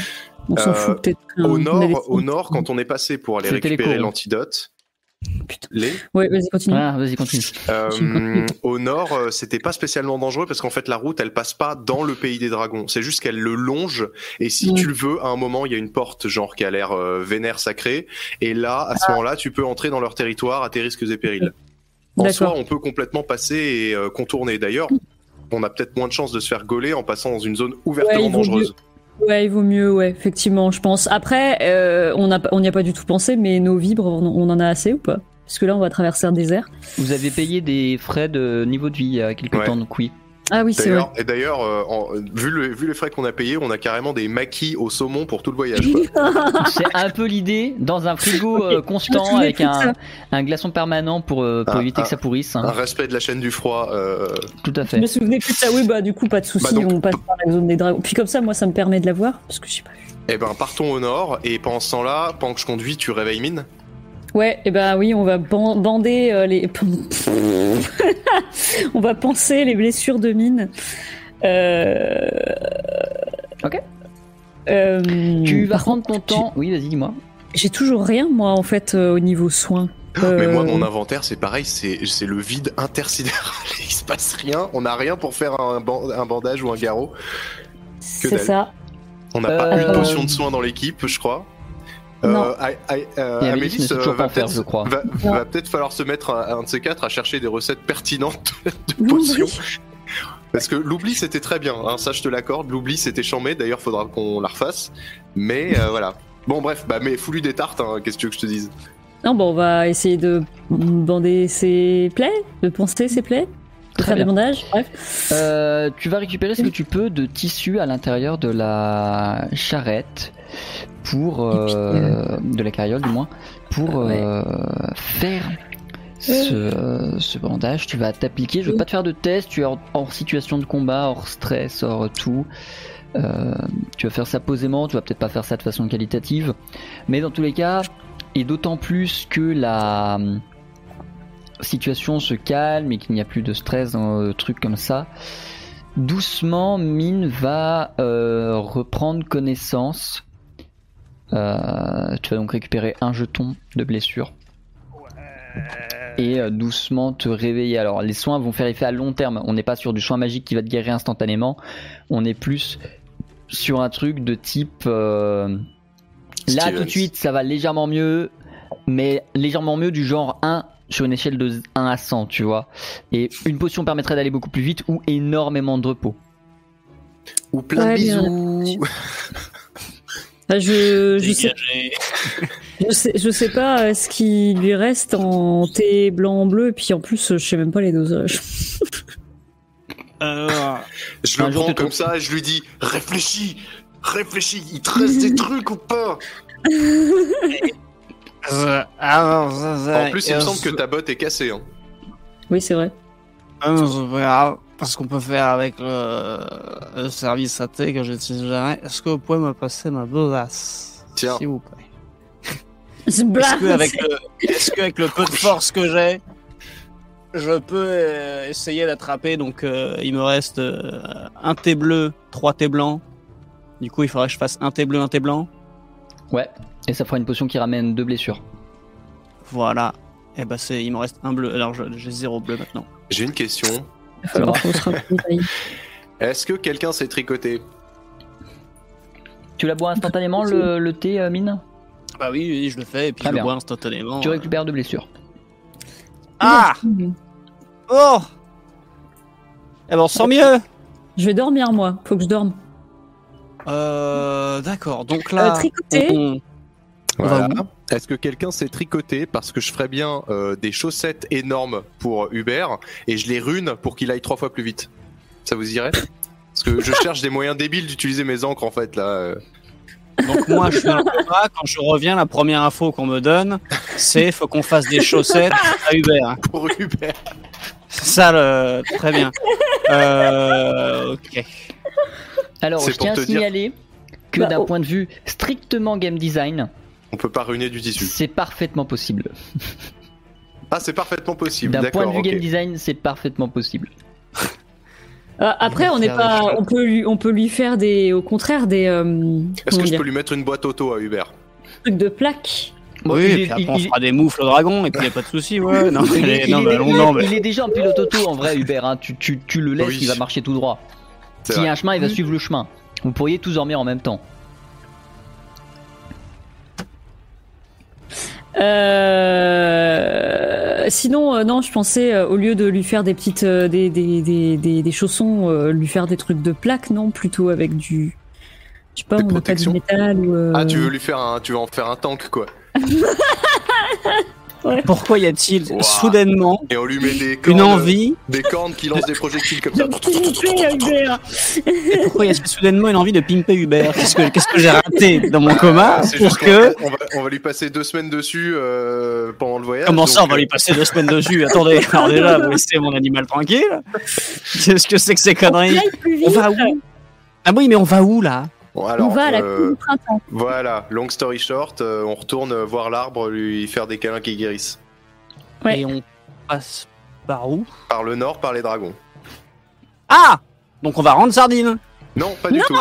S3: On s'en
S5: Euh,
S3: fout peut-être.
S5: Au
S3: hein, mais les-
S5: nord, au nord, quand on est passé pour aller
S2: C'était les
S5: récupérer
S2: coraux.
S5: l'antidote,
S3: Putain.
S5: les,
S3: Ouais, vas-y, continue.
S2: Ah, vas-y, continue.
S5: euh,
S2: Je me rappelle.
S5: au nord, euh, c'était pas spécialement dangereux parce qu'en fait, la route, elle passe pas dans le pays des dragons. C'est juste qu'elle le longe. Et si
S3: Ouais.
S5: tu le veux, à un moment, il y a une porte, genre, qui a l'air euh, vénère sacrée. Et là, à
S3: Ah.
S5: ce moment-là, tu peux entrer dans leur territoire à tes risques et périls. En soi,
S3: D'accord.
S5: on peut complètement passer et euh, contourner. D'ailleurs, on a peut-être moins de chances de se faire gauler en passant dans une zone ouvertement
S3: Ouais, il vaut
S5: dangereuse.
S3: Ouais, il vaut mieux, ouais, effectivement, je pense. Après, euh, on n'a pas- on n'y a pas du tout pensé, mais nos vibres, on, on en a assez ou pas Parce que là, on va traverser un désert.
S2: Vous avez payé des frais de niveau de vie il y a quelques
S5: Ouais.
S2: temps, donc oui.
S3: Ah oui, c'est vrai.
S5: D'ailleurs, et d'ailleurs, euh, en- vu, le- vu les frais qu'on a payés, on a carrément des maquis au saumon pour tout le voyage. quoi.
S2: C'est un peu l'idée dans un frigo euh,
S3: Je
S2: constant
S3: me
S2: avec
S3: souviens de
S2: un,
S3: ça.
S2: un glaçon permanent pour, euh, pour
S5: Ah,
S2: éviter
S5: ah,
S2: que ça pourrisse. hein.
S5: Un respect de la chaîne du froid. euh,
S2: Tout à
S3: Je me
S2: fait.
S3: souvenais plus de ça. Oui, bah du coup, pas de souci,
S5: Bah, donc-
S3: on passe par la zone des dragons. Puis comme ça, moi, ça me permet de la voir, parce que je sais pas.
S5: Eh ben, partons au nord et pendant ce temps-là, pendant que je conduis, tu réveilles mine.
S3: Ouais, et ben oui, on va ban- bander euh, les. on va penser les blessures de mine. Euh...
S2: Ok.
S3: Euh,
S2: Tu vas
S3: par
S2: prendre
S3: contre,
S2: ton temps. Oui, vas-y, dis-moi.
S5: Ah,
S3: J'ai toujours rien, moi, en fait, euh, au niveau soins.
S5: Mais moi,
S3: Euh,
S5: mon inventaire, c'est pareil, c'est c'est le vide intersidéral. Il se passe rien. On n'a rien pour faire un, ban- un bandage ou un garrot.
S3: C'est
S5: dalle.
S3: ça.
S5: On n'a pas
S2: Euh,
S5: une potion de soin dans l'équipe, je crois.
S3: Non.
S5: Euh, I- I- euh,
S2: Et Amélis ne
S5: Amélis
S2: sait
S5: euh,
S2: toujours pas
S5: va
S2: en faire,
S5: peut-être
S2: je crois.
S5: va,
S3: Non.
S5: va peut-être falloir se mettre à, à un de ces quatre à chercher des recettes pertinentes de potions. Parce que l'oubli c'était très bien, hein, ça je te l'accorde, l'oubli c'était chambé, d'ailleurs faudra qu'on la refasse. Mais euh, voilà. Bon bref, bah mais fous-lui des tartes, hein, qu'est-ce que tu veux que je te dise
S3: Non, bon, on va essayer de bander ses plaies, de penser ses plaies, de
S2: Très
S3: faire des
S2: bien.
S3: bandages, bref.
S2: Euh, tu vas récupérer ce que tu peux de tissu à l'intérieur de la charrette pour euh, de la carriole du moins pour
S3: Ouais.
S2: euh, faire ce, ce bandage. Tu vas t'appliquer. Je veux pas te faire de test. Tu es hors, hors situation de combat, hors stress, hors tout. Euh, tu vas faire ça posément. Tu vas peut-être pas faire ça de façon qualitative, mais dans tous les cas, et d'autant plus que la hum, situation se calme et qu'il n'y a plus de stress dans le truc comme ça, doucement, Mine va euh, reprendre connaissance. Euh, tu vas donc récupérer un jeton de blessure. Et euh, doucement te réveiller. Alors, les soins vont faire effet à long terme. On n'est pas sur du soin magique qui va te guérir instantanément. On est plus sur un truc de type. euh, Là,
S5: Stevens.
S2: tout de suite, ça va légèrement mieux. Mais légèrement mieux du genre 1 sur une échelle de 1 à 100, tu vois. Et une potion permettrait d'aller beaucoup plus vite ou énormément de repos.
S5: Ou plein
S3: Ouais,
S5: de
S3: bien,
S5: bisous.
S3: Ah, je, je, sais,
S4: Dégagé.
S3: je, sais, je sais pas euh, ce qui lui reste en thé blanc, bleu, et puis en plus, euh, je sais même pas les dosages.
S4: Alors,
S5: Je le
S2: Un jour,
S5: prends
S2: tu te
S5: comme ça et je lui dis réfléchis, réfléchis, il te reste des trucs ou pas
S4: euh, alors, ça, ça,
S5: En plus, il me
S4: euh,
S5: semble que ta botte est cassée. hein.
S3: Oui, c'est vrai.
S4: euh, je verrai, Parce qu'on peut faire avec le, le service à thé que j'utilise jamais. Est-ce que vous pouvez me passer ma besace
S5: Tiens.
S4: S'il vous plaît. Est-ce
S3: Zblah
S4: que avec le, est-ce que avec le peu de force que j'ai, je peux euh, essayer d'attraper Donc euh, il me reste euh, un thé bleu, trois thés blancs. Du coup, il faudrait que je fasse un thé bleu, un thé blanc.
S2: Ouais. Et ça fera une potion qui ramène deux blessures.
S4: Voilà. Et bah c'est, il me reste un bleu. Alors je- j'ai zéro bleu maintenant.
S5: J'ai une question.
S3: Il va falloir qu'on se rapproche.
S5: Est-ce que quelqu'un s'est tricoté
S2: Tu la bois instantanément le, le thé, euh, mine
S4: Bah oui, oui, je le fais et puis
S2: Très
S4: je le
S2: bien.
S4: bois instantanément.
S2: Tu récupères deux blessures.
S4: Ah Oh Eh ben, sans mieux
S3: Je vais dormir, moi. Faut que je dorme.
S4: Euh. D'accord, donc
S3: Euh,
S4: là.
S3: tricoter
S4: on-
S5: Voilà.
S4: Voilà.
S5: Est-ce que quelqu'un s'est tricoté parce que je ferais bien euh, des chaussettes énormes pour Hubert et je les rune pour qu'il aille trois fois plus vite Ça vous irait Parce que je cherche des moyens débiles d'utiliser mes encres en fait là. euh.
S4: donc moi, je suis dans le combat. Quand je reviens, la première info qu'on me donne, c'est faut qu'on fasse des chaussettes à Hubert.
S5: pour Hubert.
S4: C'est ça le. Très bien. Euh. Ok.
S2: Alors,
S5: C'est
S2: je tiens à
S5: pour te dire-
S2: signaler que
S3: Bah,
S2: d'un
S3: oh.
S2: point de vue strictement game design,
S5: On peut pas ruiner du tissu.
S2: c'est parfaitement possible.
S5: Ah, c'est parfaitement possible.
S2: D'un point de
S5: D'accord.
S2: vue
S5: ok.
S2: game design, c'est parfaitement possible.
S3: Euh, après, on n'est
S4: Faire des
S3: pas,
S4: choses.
S3: on peut lui, on peut lui faire des, au contraire des, euh,
S5: Est-ce
S3: comment
S5: que je
S3: dire,
S5: peux lui mettre une boîte auto à Hubert
S3: trucs de plaques.
S2: Bon,
S4: oui,
S2: il
S4: et
S2: est-
S4: puis après,
S2: il-
S4: on
S2: il-
S4: fera des moufles au dragon et puis y a pas de soucis, ouais. Non,
S2: Il est-
S4: mais, non,
S2: il
S4: mais
S2: est-
S4: allons, non, mais.
S2: il est déjà en pilote auto en vrai, Hubert. hein. Tu, tu- tu le laisses,
S5: Oui.
S2: il va marcher tout droit.
S5: C'est
S2: S'il y
S5: vrai.
S2: a un chemin, il va
S3: Mm.
S2: suivre le chemin. Vous pourriez tous dormir en même temps.
S3: Euh, sinon, euh, non, je pensais euh, au lieu de lui faire des petites, euh, des, des, des, des, des chaussons, euh, lui faire des trucs de plaques, non, plutôt avec du, je sais pas,
S5: Des
S3: on n'a pas du
S5: protections.
S3: métal ou. euh,
S5: Ah, tu veux lui faire un, tu veux en faire un tank quoi.
S4: Pourquoi y a-t-il
S5: Ouah.
S4: soudainement
S5: Et on lui met des cornes,
S4: une envie
S5: des cornes qui lancent des projectiles comme
S3: de
S5: ça.
S3: pimper Hubert.
S4: Et pourquoi il y a soudainement une envie de pimper Uber Qu'est-ce que, qu'est-ce que j'ai raté dans mon coma
S5: Euh, C'est
S4: pour
S5: juste
S4: que...
S5: qu'on- on va, on va lui passer deux semaines dessus euh, pendant le voyage.
S4: Comment ça, on
S5: donc, euh,
S4: va lui passer deux semaines dessus Attendez, alors déjà, vous laissez mon animal tranquille Qu'est-ce que c'est que ces conneries
S3: Aille plus vite.
S4: On va où Ah oui, mais on va où, là
S5: euh, bon, alors,
S3: on va à la
S5: euh,
S3: cour du printemps.
S5: Voilà, long story short, euh, on retourne voir l'arbre, lui faire des câlins qui guérissent.
S3: Ouais.
S4: Et on passe par où
S5: Par le nord, par les dragons.
S4: Ah Donc on va rendre Sardine
S5: Non, pas du
S3: Non,
S5: tout.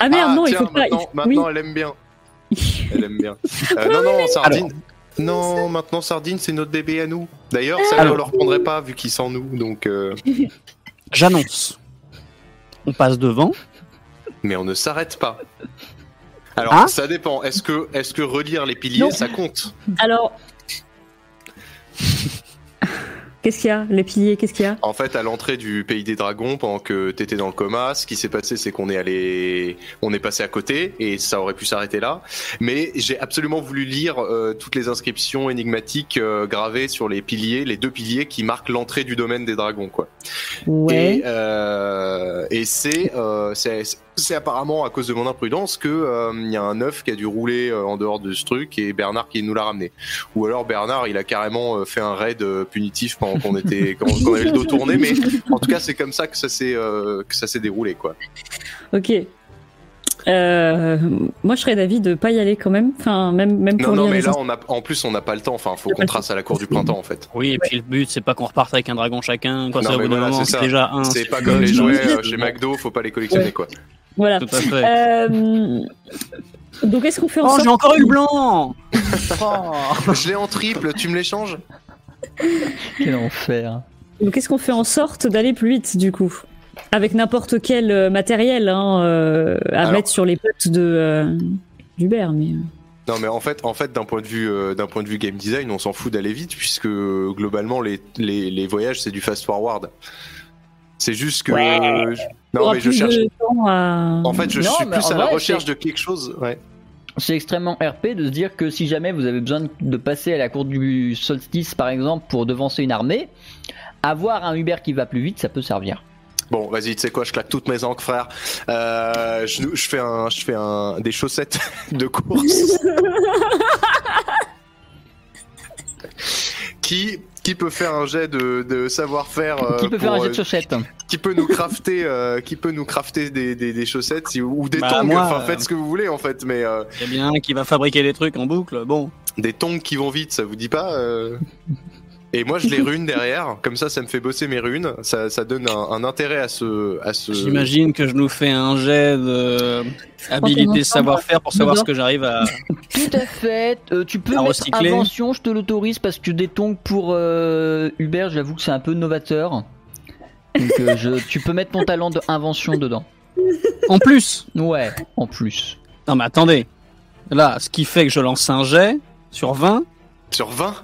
S3: Ah merde,
S5: Ah,
S3: non,
S5: tiens,
S3: il faut pas. il
S5: maintenant,
S3: faut-
S5: maintenant, elle aime bien. Elle aime bien. Euh, non, non, Sardine. Non, maintenant Sardine, c'est notre bébé à nous. D'ailleurs, ça ne
S4: Alors.
S5: le reprendrait pas vu qu'il sent nous, donc. euh,
S4: J'annonce. On passe devant
S5: Mais on ne s'arrête pas. Alors,
S4: Hein
S5: ça dépend. Est-ce que, est-ce que relire les piliers,
S3: Non.
S5: ça compte
S3: oui. Alors. Qu'est-ce qu'il y a Les piliers, qu'est-ce qu'il y a
S5: En fait, à l'entrée du pays des dragons, pendant que t'étais dans le coma, ce qui s'est passé, c'est qu'on est allé, on est passé à côté, et ça aurait pu s'arrêter là. Mais j'ai absolument voulu lire euh, toutes les inscriptions énigmatiques euh, gravées sur les piliers, les deux piliers qui marquent l'entrée du domaine des dragons, quoi.
S3: Ouais.
S5: Et, euh, et c'est, euh, c'est, c'est apparemment à cause de mon imprudence que euh, il y a un œuf qui a dû rouler euh, en dehors de ce truc et Bernard qui nous l'a ramené. Ou alors Bernard, il a carrément euh, fait un raid euh, punitif pendant qu'on était, quand, qu'on avait le dos tourné. Mais en tout cas, c'est comme ça que ça s'est, euh, que ça s'est déroulé, quoi.
S3: Ok. Euh, moi, je serais d'avis de pas y aller quand même. Enfin, même, même
S5: Non,
S3: pour
S5: non,
S3: lire
S5: mais
S3: les
S5: là, on a, en plus, on n'a pas le temps. Enfin, faut qu'on trace à la cour du printemps, en fait.
S4: Oui, et puis le but, c'est pas qu'on reparte avec un dragon chacun. Quoi,
S5: Non,
S4: ça, au
S5: mais
S4: bout d'un
S5: voilà,
S4: moment,
S5: c'est
S4: c'est
S5: ça.
S4: déjà un.
S5: C'est pas comme les
S4: deux,
S5: jouets
S4: c'est-
S5: euh, chez McDo, faut pas les collectionner, quoi.
S3: Voilà.
S4: Tout à fait.
S3: Euh, donc, est-ce qu'on fait en
S4: Oh,
S3: sorte
S4: j'ai encore eu le blanc Oh.
S5: Je l'ai en triple, tu me l'échanges
S2: Quel enfer.
S3: Donc, est-ce qu'on fait en sorte d'aller plus vite du coup avec n'importe quel euh, matériel hein, euh, à
S5: Alors.
S3: mettre sur les potes de euh, d'Hubert, mais euh,
S5: Non, mais en fait, en fait, d'un point de vue, euh, d'un point de vue game design, on s'en fout d'aller vite puisque euh, globalement les, les, les voyages c'est du fast forward. C'est juste que
S3: Ouais.
S5: je-
S3: Il y
S5: non
S3: aura
S5: mais je
S3: plus
S5: cherche.
S3: de temps à-
S5: En fait, je
S2: Non,
S5: suis
S2: mais
S5: plus
S2: en
S5: à la
S2: vrai,
S5: recherche
S2: c'est-
S5: de quelque chose. Ouais.
S2: C'est extrêmement RP de se dire que si jamais vous avez besoin de passer à la cour du solstice, par exemple, pour devancer une armée, avoir un Uber qui va plus vite, ça peut servir.
S5: Bon, vas-y, tu sais quoi, je claque toutes mes ancres, frère. Euh, je, je fais un, je fais un, des chaussettes de course. qui, qui peut faire un jet de, de savoir-faire euh,
S2: qui peut faire
S5: pour,
S2: un jet de
S5: euh,
S2: chaussette
S5: qui peut nous crafter, euh, qui peut nous crafter des, des, des chaussettes si- ou des
S4: Bah,
S5: tongs.
S4: moi,
S5: enfin,
S4: euh,
S5: faites ce que vous voulez en fait, mais euh,
S4: Il y a bien un qui va fabriquer des trucs en boucle. Bon,
S5: des tongs qui vont vite, ça vous dit pas euh Et moi, je les rune derrière. Comme ça, ça me fait bosser mes runes. Ça, ça donne un, un intérêt à ce, à ce.
S4: j'imagine que je nous fais un jet de habilité
S3: ensemble,
S4: savoir-faire pour savoir
S3: dedans.
S4: ce que j'arrive à.
S2: Tout à fait. Euh, tu peux
S4: À
S2: mettre
S4: recycler.
S2: invention, je te l'autorise parce que des tongs pour euh, Uber, j'avoue que c'est un peu novateur. Donc euh, je- tu peux mettre ton talent d'invention dedans.
S4: En plus.
S2: Ouais, en plus.
S4: Non mais attendez. Là, ce qui fait que je lance un jet sur 20,
S5: Sur 20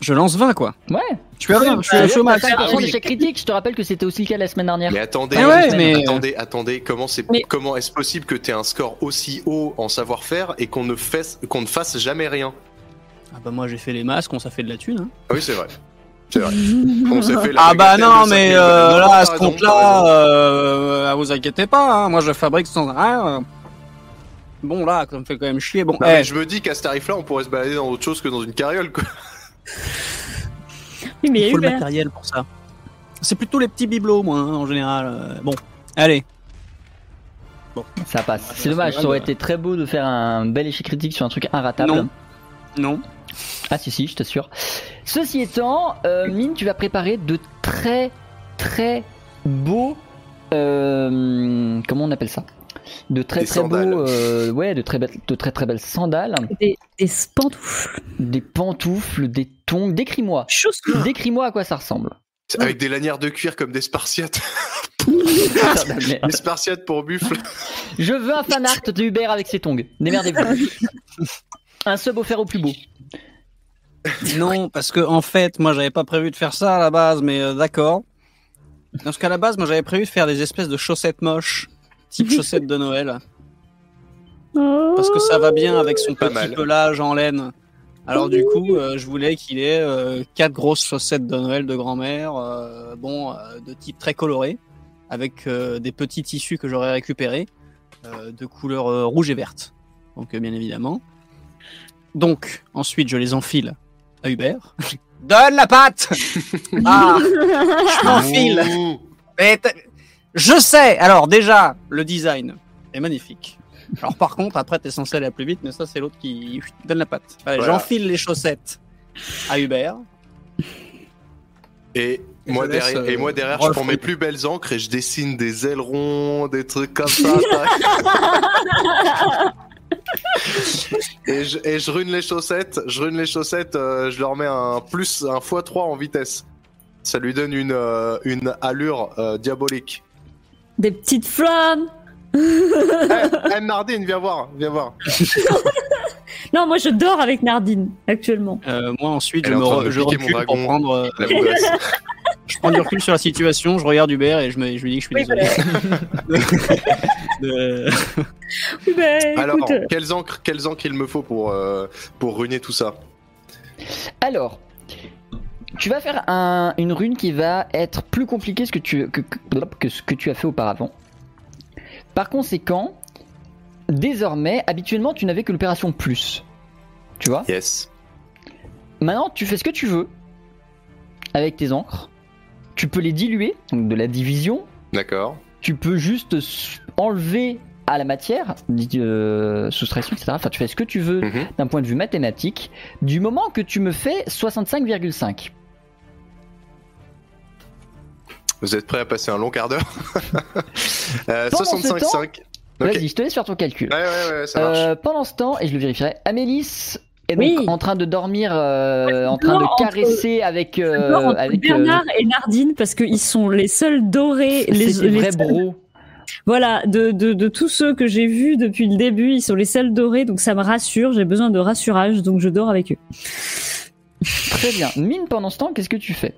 S4: je lance 20 quoi.
S2: Ouais.
S4: Je suis à rien, je suis au chômage.
S2: T'as 5%
S4: Ah oui.
S2: d'échec critique, je te rappelle que c'était aussi le cas la semaine dernière.
S5: Mais attendez,
S4: Ah ouais, mais-
S5: attendez, attendez, comment c'est,
S3: Mais-
S5: comment est-ce possible que t'aies un score aussi haut en savoir-faire et qu'on ne fasse, qu'on ne fasse jamais rien
S4: Ah bah moi j'ai fait les masques, on s'est fait de la thune. hein.
S5: Ah oui, c'est vrai. C'est vrai. On s'est fait la
S4: Ah bah
S5: bagatelle
S4: non
S5: de
S4: mais
S5: 5000
S4: euh,
S5: balles.
S4: là à
S5: T'as
S4: ce
S5: raison,
S4: compte
S5: t'as raison.
S4: là, euh, vous inquiétez pas, hein, moi je fabrique sans rien. euh. Bon là, ça me fait quand même chier. Bon,
S5: Non,
S4: eh,
S5: Bah, mais je me dis qu'à ce tarif-là, on pourrait se balader dans autre chose que dans une carriole. Quoi.
S3: Oui, mais il y
S4: il
S3: a
S4: faut le
S3: Uber.
S4: matériel pour ça. C'est plutôt les petits bibelots moi hein, en général. euh, Bon, allez.
S2: Ça passe. C'est dommage, ça aurait été très beau de faire un bel échec critique sur un truc inratable.
S4: Non. Non.
S2: Ah si si, je t'assure. Ceci étant, euh, Mine, tu vas préparer de très très beaux, euh, comment on appelle ça De très
S5: Des
S2: très
S5: sandales.
S2: beaux, euh, ouais, de très belles- de très très belles sandales,
S3: Des, des pantoufles.
S2: des pantoufles, des tongs. Décris-moi,
S3: Chaussures.
S2: décris-moi à quoi ça ressemble.
S5: C'est Avec des lanières de cuir comme des Spartiates.
S2: Putain de merde.
S5: des Spartiates pour buffle.
S2: Je veux un fan art de Hubert avec ses tongs. Démerdez-vous. Un sub offert au plus beau.
S4: Non, parce que en fait, moi j'avais pas prévu de faire ça à la base, mais euh, d'accord. Parce qu'à la base, moi j'avais prévu de faire des espèces de chaussettes moches, type chaussettes de Noël,
S3: Oh.
S4: parce que ça va bien avec son
S5: Pas
S4: petit
S5: mal.
S4: pelage en laine. Alors du coup, euh, je voulais qu'il ait euh, quatre grosses chaussettes de Noël de grand-mère, euh, bon, euh, de type très coloré, avec euh, des petits tissus que j'aurais récupérés, euh, de couleur euh, rouge et verte. Donc euh, bien évidemment. Donc ensuite, je les enfile à Hubert. Donne la pâte Ah, je m'enfile
S5: Ouh.
S4: mais t'as- Je sais Alors déjà, le design est magnifique. Alors par contre, après, t'es censé aller plus vite, mais ça, c'est l'autre qui chut, donne la patte. Allez,
S5: Voilà.
S4: J'enfile les chaussettes à Hubert.
S5: Et
S4: Et
S5: moi,
S4: je laisse,
S5: derrière, et moi
S4: euh,
S5: derrière, je
S4: Rolf
S5: prends mes
S4: Reed.
S5: plus belles encres et je dessine des ailerons, des trucs comme ça. et, je, et je rune les chaussettes, je rune les chaussettes, euh, je leur mets un plus, un x3 en vitesse. Ça lui donne une, euh, une allure euh, diabolique.
S3: Des petites flammes.
S5: Eh, eh, Nardine, viens voir, viens voir.
S3: Non, moi je dors avec Nardine actuellement.
S4: Euh, moi, ensuite,
S5: Elle
S4: je,
S5: est en
S4: me
S5: train de
S4: re-
S5: me
S4: je
S5: piquer mon
S4: recule pour
S5: dragon.
S4: prendre, euh,
S5: La bougasse.
S4: je prends du recul sur la situation, je regarde Hubert et je, me, je lui dis que je suis
S3: Oui,
S4: désolé. De-
S3: Uber,
S5: Alors,
S3: écoute.
S5: quelles encres, quelles encres il me faut pour, euh, pour ruiner tout ça
S2: Alors, tu vas faire un- une rune qui va être plus compliquée que, tu- que- que- que ce que tu as fait auparavant. Par conséquent, désormais, habituellement, tu n'avais que l'opération plus. Tu vois
S5: Yes.
S2: Maintenant, tu fais ce que tu veux avec tes encres. Tu peux les diluer, donc de la division.
S5: D'accord.
S2: Tu peux juste s- enlever à la matière, dit- euh, soustraction, etc. Enfin, tu fais ce que tu veux
S5: Mhm.
S2: d'un point de vue mathématique, du moment que tu me fais 65,5.
S5: Vous êtes prêts à passer un long quart d'heure euh,
S2: Pendant ce
S5: 65,5. Ok.
S2: Vas-y, je te laisse faire ton calcul.
S5: Ouais, ouais, ouais, ça marche.
S2: Euh, pendant ce temps, et je le vérifierai, Amélis est donc
S3: Oui.
S2: en train de dormir, euh, en train de
S3: dors entre-
S2: caresser avec, euh,
S3: Je dors entre
S2: avec euh,
S3: Bernard et Nardine parce qu'ils sont les seuls dorés,
S2: c'est
S3: les,
S2: des
S3: les
S2: vrais
S3: seuls
S2: bros.
S3: Voilà, de, de, de tous ceux que j'ai vus depuis le début, ils sont les seuls dorés, donc ça me rassure, j'ai besoin de rassurage, donc je dors avec eux.
S2: Très bien. Mine, pendant ce temps, qu'est-ce que tu fais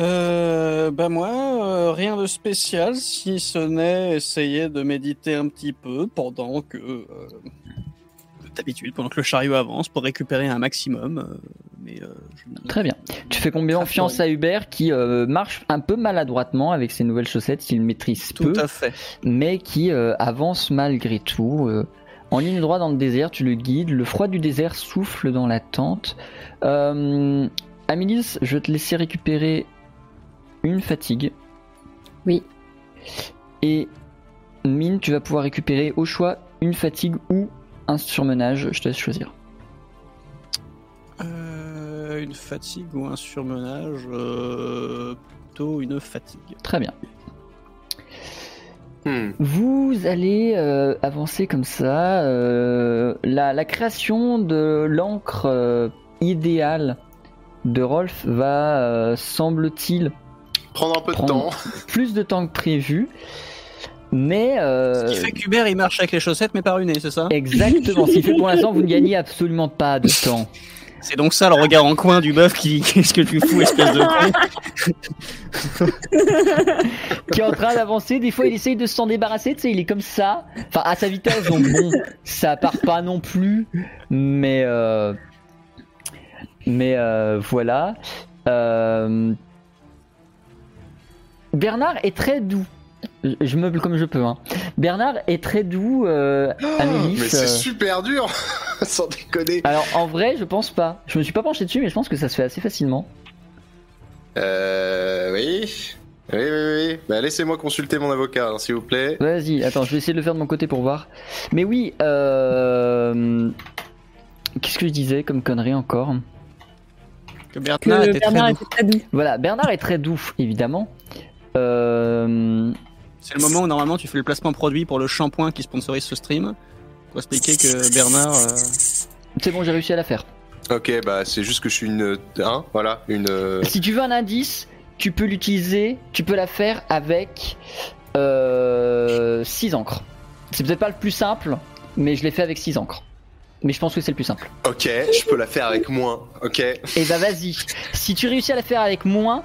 S4: Euh, bah moi, euh, rien de spécial, si ce n'est essayer de méditer un petit peu pendant que... euh, D'habitude, pendant que le chariot avance, pour récupérer un maximum. euh, mais euh, je-
S2: Très bien. Tu fais combien confiance à Hubert qui euh, marche un peu maladroitement avec ses nouvelles chaussettes, qu'il maîtrise peu,
S4: Tout à fait.
S2: mais qui euh, avance malgré tout. euh, en ligne droite dans le désert, tu le guides. Le froid du désert souffle dans la tente. Euh, Amélis, je vais te laisser récupérer une fatigue.
S3: Oui.
S2: Et Mine, tu vas pouvoir récupérer au choix une fatigue ou un surmenage. Je te laisse choisir.
S4: Euh, une fatigue ou un surmenage euh, Plutôt une fatigue.
S2: Très bien. euh,
S5: Hmm.
S2: Vous allez euh, avancer comme ça. euh, la, la création de l'encre euh, idéale de Rolf va, euh, semble-t-il,
S5: Prendre un peu de
S2: Prendre.
S5: temps.
S2: plus de temps que prévu. Mais euh,
S4: Ce qui fait qu'Hubert il marche avec les chaussettes mais pas runé, c'est ça
S2: exactement, ce qui fait que pour l'instant vous ne gagnez absolument pas de temps.
S4: C'est donc ça le regard en coin du meuf qui qu'est-ce que tu fous espèce de con
S2: Qui est en train d'avancer, des fois il essaye de s'en débarrasser, tu sais, il est comme ça. Enfin, à sa vitesse, donc bon, ça part pas non plus. Mais euh, mais euh, voilà. Euh, Bernard est très doux. Je- Je meuble comme je peux. Hein. Bernard est très doux, euh, Amélis.
S5: Mais c'est
S2: euh,
S5: super dur, sans déconner.
S2: Alors en vrai, je pense pas. Je me suis pas penché dessus, mais je pense que ça se fait assez facilement.
S5: Euh, oui. Oui, oui, oui. Bah, laissez-moi consulter mon avocat, hein, s'il vous plaît.
S2: Vas-y, attends, je vais essayer de le faire de mon côté pour voir. Mais oui, euh... qu'est-ce que je disais comme connerie encore
S4: Que
S3: Que
S5: Ah,
S4: Bernard était
S3: Bernard
S4: très doux.
S3: était très doux.
S2: Voilà, Bernard est très doux, évidemment. Euh...
S4: C'est le moment où normalement tu fais le placement produit pour le shampoing qui sponsorise ce stream. Pour expliquer que Bernard. euh,
S2: C'est bon, j'ai réussi à la faire.
S5: Ok, bah c'est juste que je suis une... Hein, voilà, une... euh,
S2: Si tu veux un indice, tu peux l'utiliser, tu peux la faire avec 6 encres. C'est peut-être pas le plus simple, mais je l'ai fait avec 6 encres. Mais je pense que c'est le plus simple.
S5: Ok, je peux la faire avec moins. Ok.
S2: Et bah vas-y. Si tu réussis à la faire avec moins,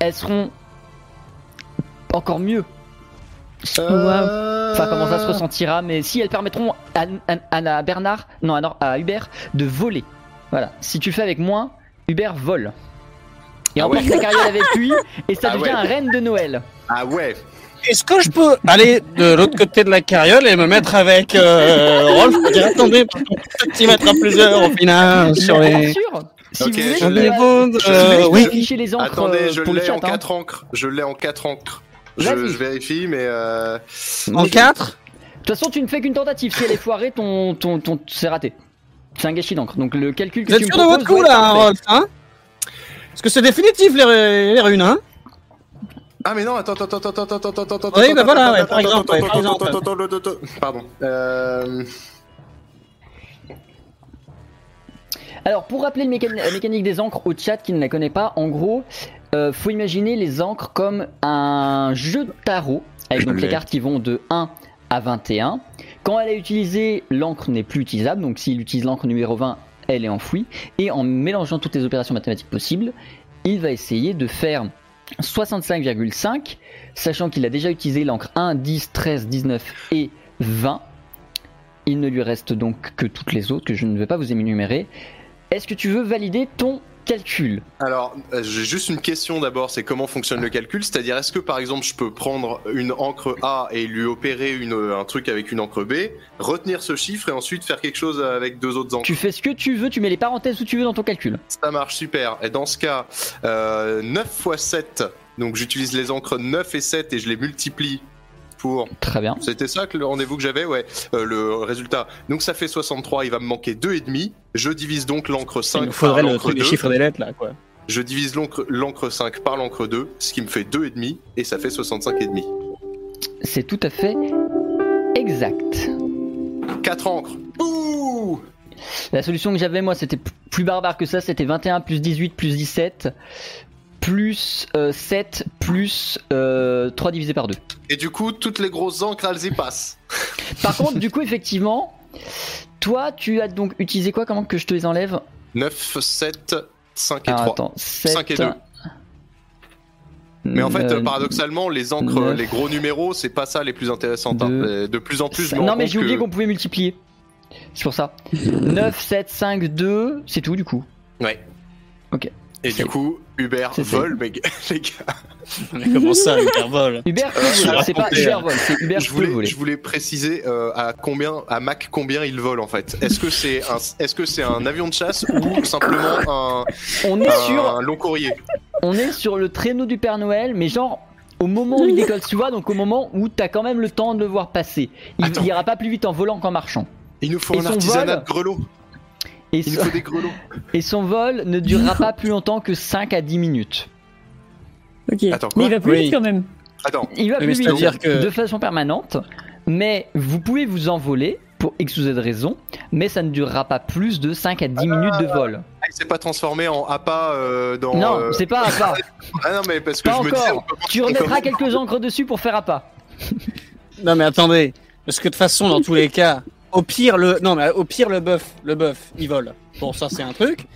S2: elles seront encore mieux.
S5: Euh,
S2: Enfin, comment ça se ressentira, mais si elles permettront à, à- à Bernard, non, à, Nor- à Hubert de voler. Voilà. Si tu le fais avec moins, Hubert vole. Et
S5: Ah
S2: emporte
S5: ouais.
S2: ta carrière avec lui, et ça
S5: Ah
S2: devient
S5: ouais.
S2: un reine de Noël.
S5: Ah ouais.
S4: Est-ce que je peux aller de l'autre côté de la carriole et me mettre avec euh, Rolf qui est attendu par ton petit mettre à plusieurs au final Ah, sur
S2: Bien
S4: les.
S2: sûr Si
S5: Ok,
S2: vous
S5: je
S2: voulez,
S5: l'ai.
S2: je peux
S4: secondes,
S5: Je
S4: euh,
S5: l'ai,
S4: oui.
S2: afficher les encres euh,
S5: Attendez, je
S2: pour le
S5: l'ai
S2: chat.
S5: en
S2: hein.
S5: 4 encres. Je l'ai en 4 encres. Je,
S2: Vas-y.
S5: je vérifie, mais... Euh...
S4: En 4
S2: De toute façon, tu ne fais qu'une tentative. Si elle est foirée, ton, ton, ton, c'est raté. C'est un gâchis d'encre. Donc le calcul que
S4: Vous
S2: tu
S4: êtes
S2: me
S4: sûr de votre
S2: proposes
S4: coup
S2: doit être
S4: là, hein,
S2: parfait.
S4: Rolf hein Parce que c'est définitif les, ré- les runes, hein
S5: Ah mais non, attends, attends, attends, attends, attends, attends, attends,
S4: Oui,
S5: attends,
S4: bah voilà,
S5: attends,
S4: ouais, par
S5: attends,
S4: exemple, ouais, par
S5: attends,
S4: exemple.
S5: attends, attends, attends, attends, attends. Pardon. Euh...
S2: Alors, pour rappeler le mécan- la mécanique des encres au chat qui ne la connaît pas, en gros, euh, faut imaginer les encres comme un jeu de tarot, avec
S5: Je
S2: donc les
S5: l'ai.
S2: cartes qui vont de 1 à 21. Quand elle est utilisée, l'encre n'est plus utilisable, donc s'il utilise l'encre numéro 20, elle est enfouie. Et en mélangeant toutes les opérations mathématiques possibles, il va essayer de faire 65,5, sachant qu'il a déjà utilisé l'encre 1, 10, 13, 19 et 20. Il ne lui reste donc que toutes les autres que je ne vais pas vous énumérer. Est-ce que tu veux valider ton calcul
S5: Alors, euh, j'ai juste une question d'abord, c'est comment fonctionne le calcul C'est-à-dire, est-ce que par exemple, je peux prendre une encre A et lui opérer une, euh, un truc avec une encre B, retenir ce chiffre et ensuite faire quelque chose avec deux autres encres
S2: Tu fais ce que tu veux, tu mets les parenthèses où tu veux dans ton calcul.
S5: Ça marche super. Et dans ce cas, euh, 9 x 7, donc j'utilise les encres 9 et 7 et je les multiplie pour.
S2: Très bien.
S5: C'était ça que le rendez-vous que j'avais, ouais, euh, le résultat. Donc ça fait 63, il va me manquer 2,5. Je divise donc l'encre 5
S4: Il nous faudrait
S5: par
S4: le
S5: l'encre
S4: truc des
S5: 2.
S4: chiffres des lettres là, quoi.
S5: Je divise l'encre- l'encre 5 par l'encre 2, ce qui me fait 2,5 et ça fait 65,5.
S2: C'est tout à fait exact.
S5: 4 encres. Ouh
S2: La solution que j'avais, moi, c'était p- plus barbare que ça. C'était 21 plus 18 plus 17 plus euh, 7 plus euh, 3 divisé par 2.
S5: Et du coup, toutes les grosses encres, elles y passent.
S2: Par contre, du coup, effectivement, toi, tu as donc utilisé quoi Comment que je te les enlève
S5: 9, 7, 5 et
S2: Ah,
S5: 3.
S2: attends, 7,
S5: Cinq et deux. Mais en fait,
S2: euh,
S5: paradoxalement, les encres,
S2: neuf,
S5: les gros numéros, c'est pas ça les plus intéressantes. hein.
S2: deux,
S5: Et De plus en plus, je
S2: ça-
S5: me
S2: non,
S5: rends
S2: mais
S5: compte
S2: j'ai oublié
S5: que-
S2: qu'on pouvait multiplier. C'est pour ça. 9, 7, 5, 2, c'est tout du coup.
S5: Et du coup, Hubert
S2: C'est fait.
S5: vole, mais les gars.
S4: Mais comment ça, l'hypervol
S2: Hubert,
S5: Euh,
S2: peut,
S5: je
S2: alors, c'est pas
S4: racontais,
S2: Hubert vol, c'est Hubert
S5: Je
S2: peut
S5: voulais,
S2: voler.
S5: je voulais préciser euh, à combien, à Mac combien il vole en fait. Est-ce que c'est un, est-ce que c'est un avion de chasse ou simplement un,
S2: On est sur
S5: un long courrier
S2: on est sur le traîneau du Père Noël, mais genre au moment où il décolle, tu vois, donc au moment où t'as quand même le temps de le voir passer. Il
S5: Attends.
S2: ira pas plus vite en volant qu'en marchant.
S5: Il nous faut
S2: Et
S5: un
S2: son
S5: artisanat
S2: vol
S5: de grelots.
S2: Et,
S5: Il
S2: son-
S5: nous faut des grelots.
S2: et son vol ne durera pas plus longtemps que 5 à 10 minutes.
S3: Ok.
S5: Attends, quoi
S3: mais il va plus
S4: Oui.
S3: vite quand même.
S5: Attends,
S2: Il va
S4: Oui,
S2: plus
S4: mais
S2: vite
S4: c'est-à-dire que-
S2: de façon permanente, mais vous pouvez vous envoler pour X ou Z raison, mais ça ne durera pas plus de 5 à 10 minutes de vol.
S5: ah, il s'est pas transformé en APA euh, dans.
S2: non,
S5: euh,
S2: c'est pas à pas.
S5: Ah non, mais parce que
S2: Pas
S5: je me disais.
S2: encore. Tu remettras quelques encres dessus pour faire à pas.
S4: Non mais attendez, parce que de toute façon dans tous les cas, au pire le non mais au pire le bœuf, le bœuf, il vole. Bon ça c'est un truc.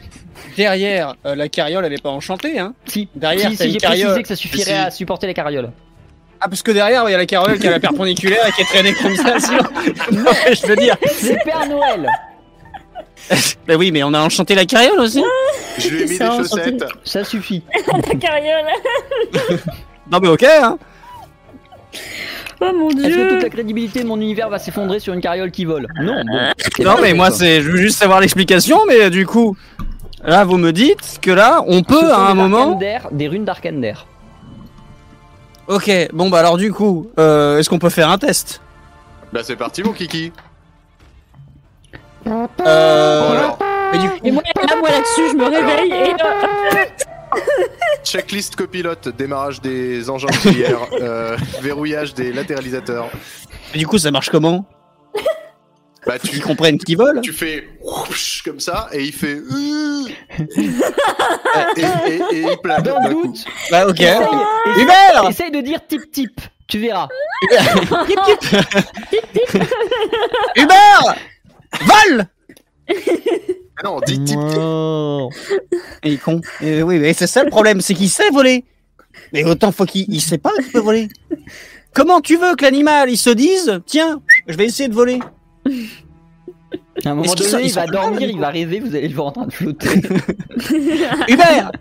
S4: Derrière euh, la carriole elle est pas enchantée hein.
S2: Si,
S4: Derrière,
S2: si,
S4: t'as
S2: si,
S4: une
S2: j'ai
S4: carriole.
S2: précisé que ça suffirait
S5: Si, si.
S2: à supporter les carrioles.
S4: Ah parce que derrière il y a la carriole qui est à la perpendiculaire et qui est traînée comme ça sur. Non, mais je veux dire.
S2: C'est Père Noël
S4: Bah oui mais on a enchanté la carriole aussi.
S5: Je lui ai mis
S3: Ça,
S5: des
S3: on
S5: chaussettes.
S2: Ça suffit.
S3: La carriole.
S4: Non mais ok hein.
S3: Oh mon
S2: Est-ce que
S3: dieu.
S2: toute la crédibilité de mon univers va s'effondrer sur une carriole qui vole Non, bon. c'est pas
S4: Non mais
S2: vrai,
S4: moi
S2: quoi.
S4: c'est je veux juste savoir l'explication mais euh, du coup là vous me dites que là on
S2: Ce
S4: peut
S2: sont
S4: hein, à
S2: des
S4: un moment.
S2: Arcander, des runes d'Arcander.
S4: Ok bon bah alors du coup euh, est-ce qu'on peut faire un test?
S5: Bah c'est parti mon kiki.
S2: Oh
S5: Bon,
S4: Euh...
S5: alors,
S4: mais du coup,
S3: Et moi, là, moi là-dessus, je me réveille et euh,
S5: checklist copilote, démarrage des engins auxiliaires, euh, verrouillage des latéralisateurs.
S4: mais du coup ça marche comment?
S5: Bah
S4: Ils
S5: tu,
S4: comprennent qui vole.
S5: tu fais whoosh comme ça et il fait euh, et, et- et il plane.
S2: Dans
S5: d'un
S2: le
S5: coup.
S2: doute,
S4: Bah ok.
S2: essaye, essaye-
S4: Hubert
S2: essaye de dire tip-tip. Tu verras.
S4: Hubert Vole
S5: Ah Non, dit tip tip.
S4: Et il est con. Et oui, mais c'est ça le problème, c'est qu'il sait voler. Mais autant faut qu'il il sait pas qu'il peut voler. Comment tu veux que l'animal il se dise tiens, je vais essayer de voler
S2: À un moment
S4: Est-ce qu'ils sont-
S2: donné,
S4: ils
S2: il va
S4: sont pas mal,
S2: dormir,
S4: les
S2: il va rêver, vous allez le voir en train de flotter.
S4: Hubert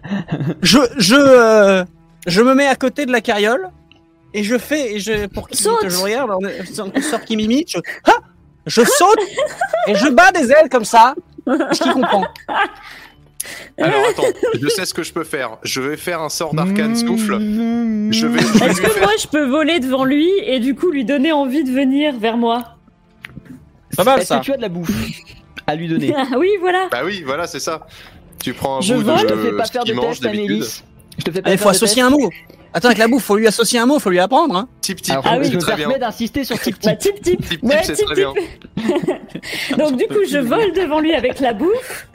S4: Je je euh, je me mets à côté de la carriole et je fais et je pour qu'il
S3: Saute.
S4: je regarde on est- sans- sans qu'il m'imite, je ah je saute et je bats des ailes comme ça. Je qui comprend.
S5: Alors attends, je sais ce que je peux faire. Je vais faire un sort d'arcane
S2: Mm.
S5: souffle. Je vais, je vais
S3: est-ce
S5: lui
S3: que
S5: faire.
S3: moi je peux voler devant lui et du coup lui donner envie de venir vers moi
S4: Pas mal,
S2: Est-ce
S4: ça.
S2: que tu as de la bouffe à lui donner
S3: Ah oui, voilà.
S5: Bah oui, voilà, c'est ça. Tu prends un
S3: Je
S5: bout
S3: vole,
S2: Je
S5: de
S2: te fais pas
S5: Oh, euh, ce
S2: faire de
S5: qu'il mange
S2: test,
S5: d'habitude.
S2: Amélis. Je te fais pas faire
S4: Il Eh, faut
S2: de
S4: associer
S2: test.
S4: un mot. Attends, avec la bouffe, faut lui associer un mot, faut lui apprendre. Hein.
S5: Tip tip,
S2: Alors,
S3: Ah oui,
S5: c'est
S2: je me
S5: très bien.
S2: permets d'insister sur
S3: Bah
S2: tip-tip.
S3: tip tip.
S5: Tip tip,
S3: Ouais,
S5: c'est
S3: tip,
S5: très bien.
S3: Donc du coup je vole devant lui avec la bouffe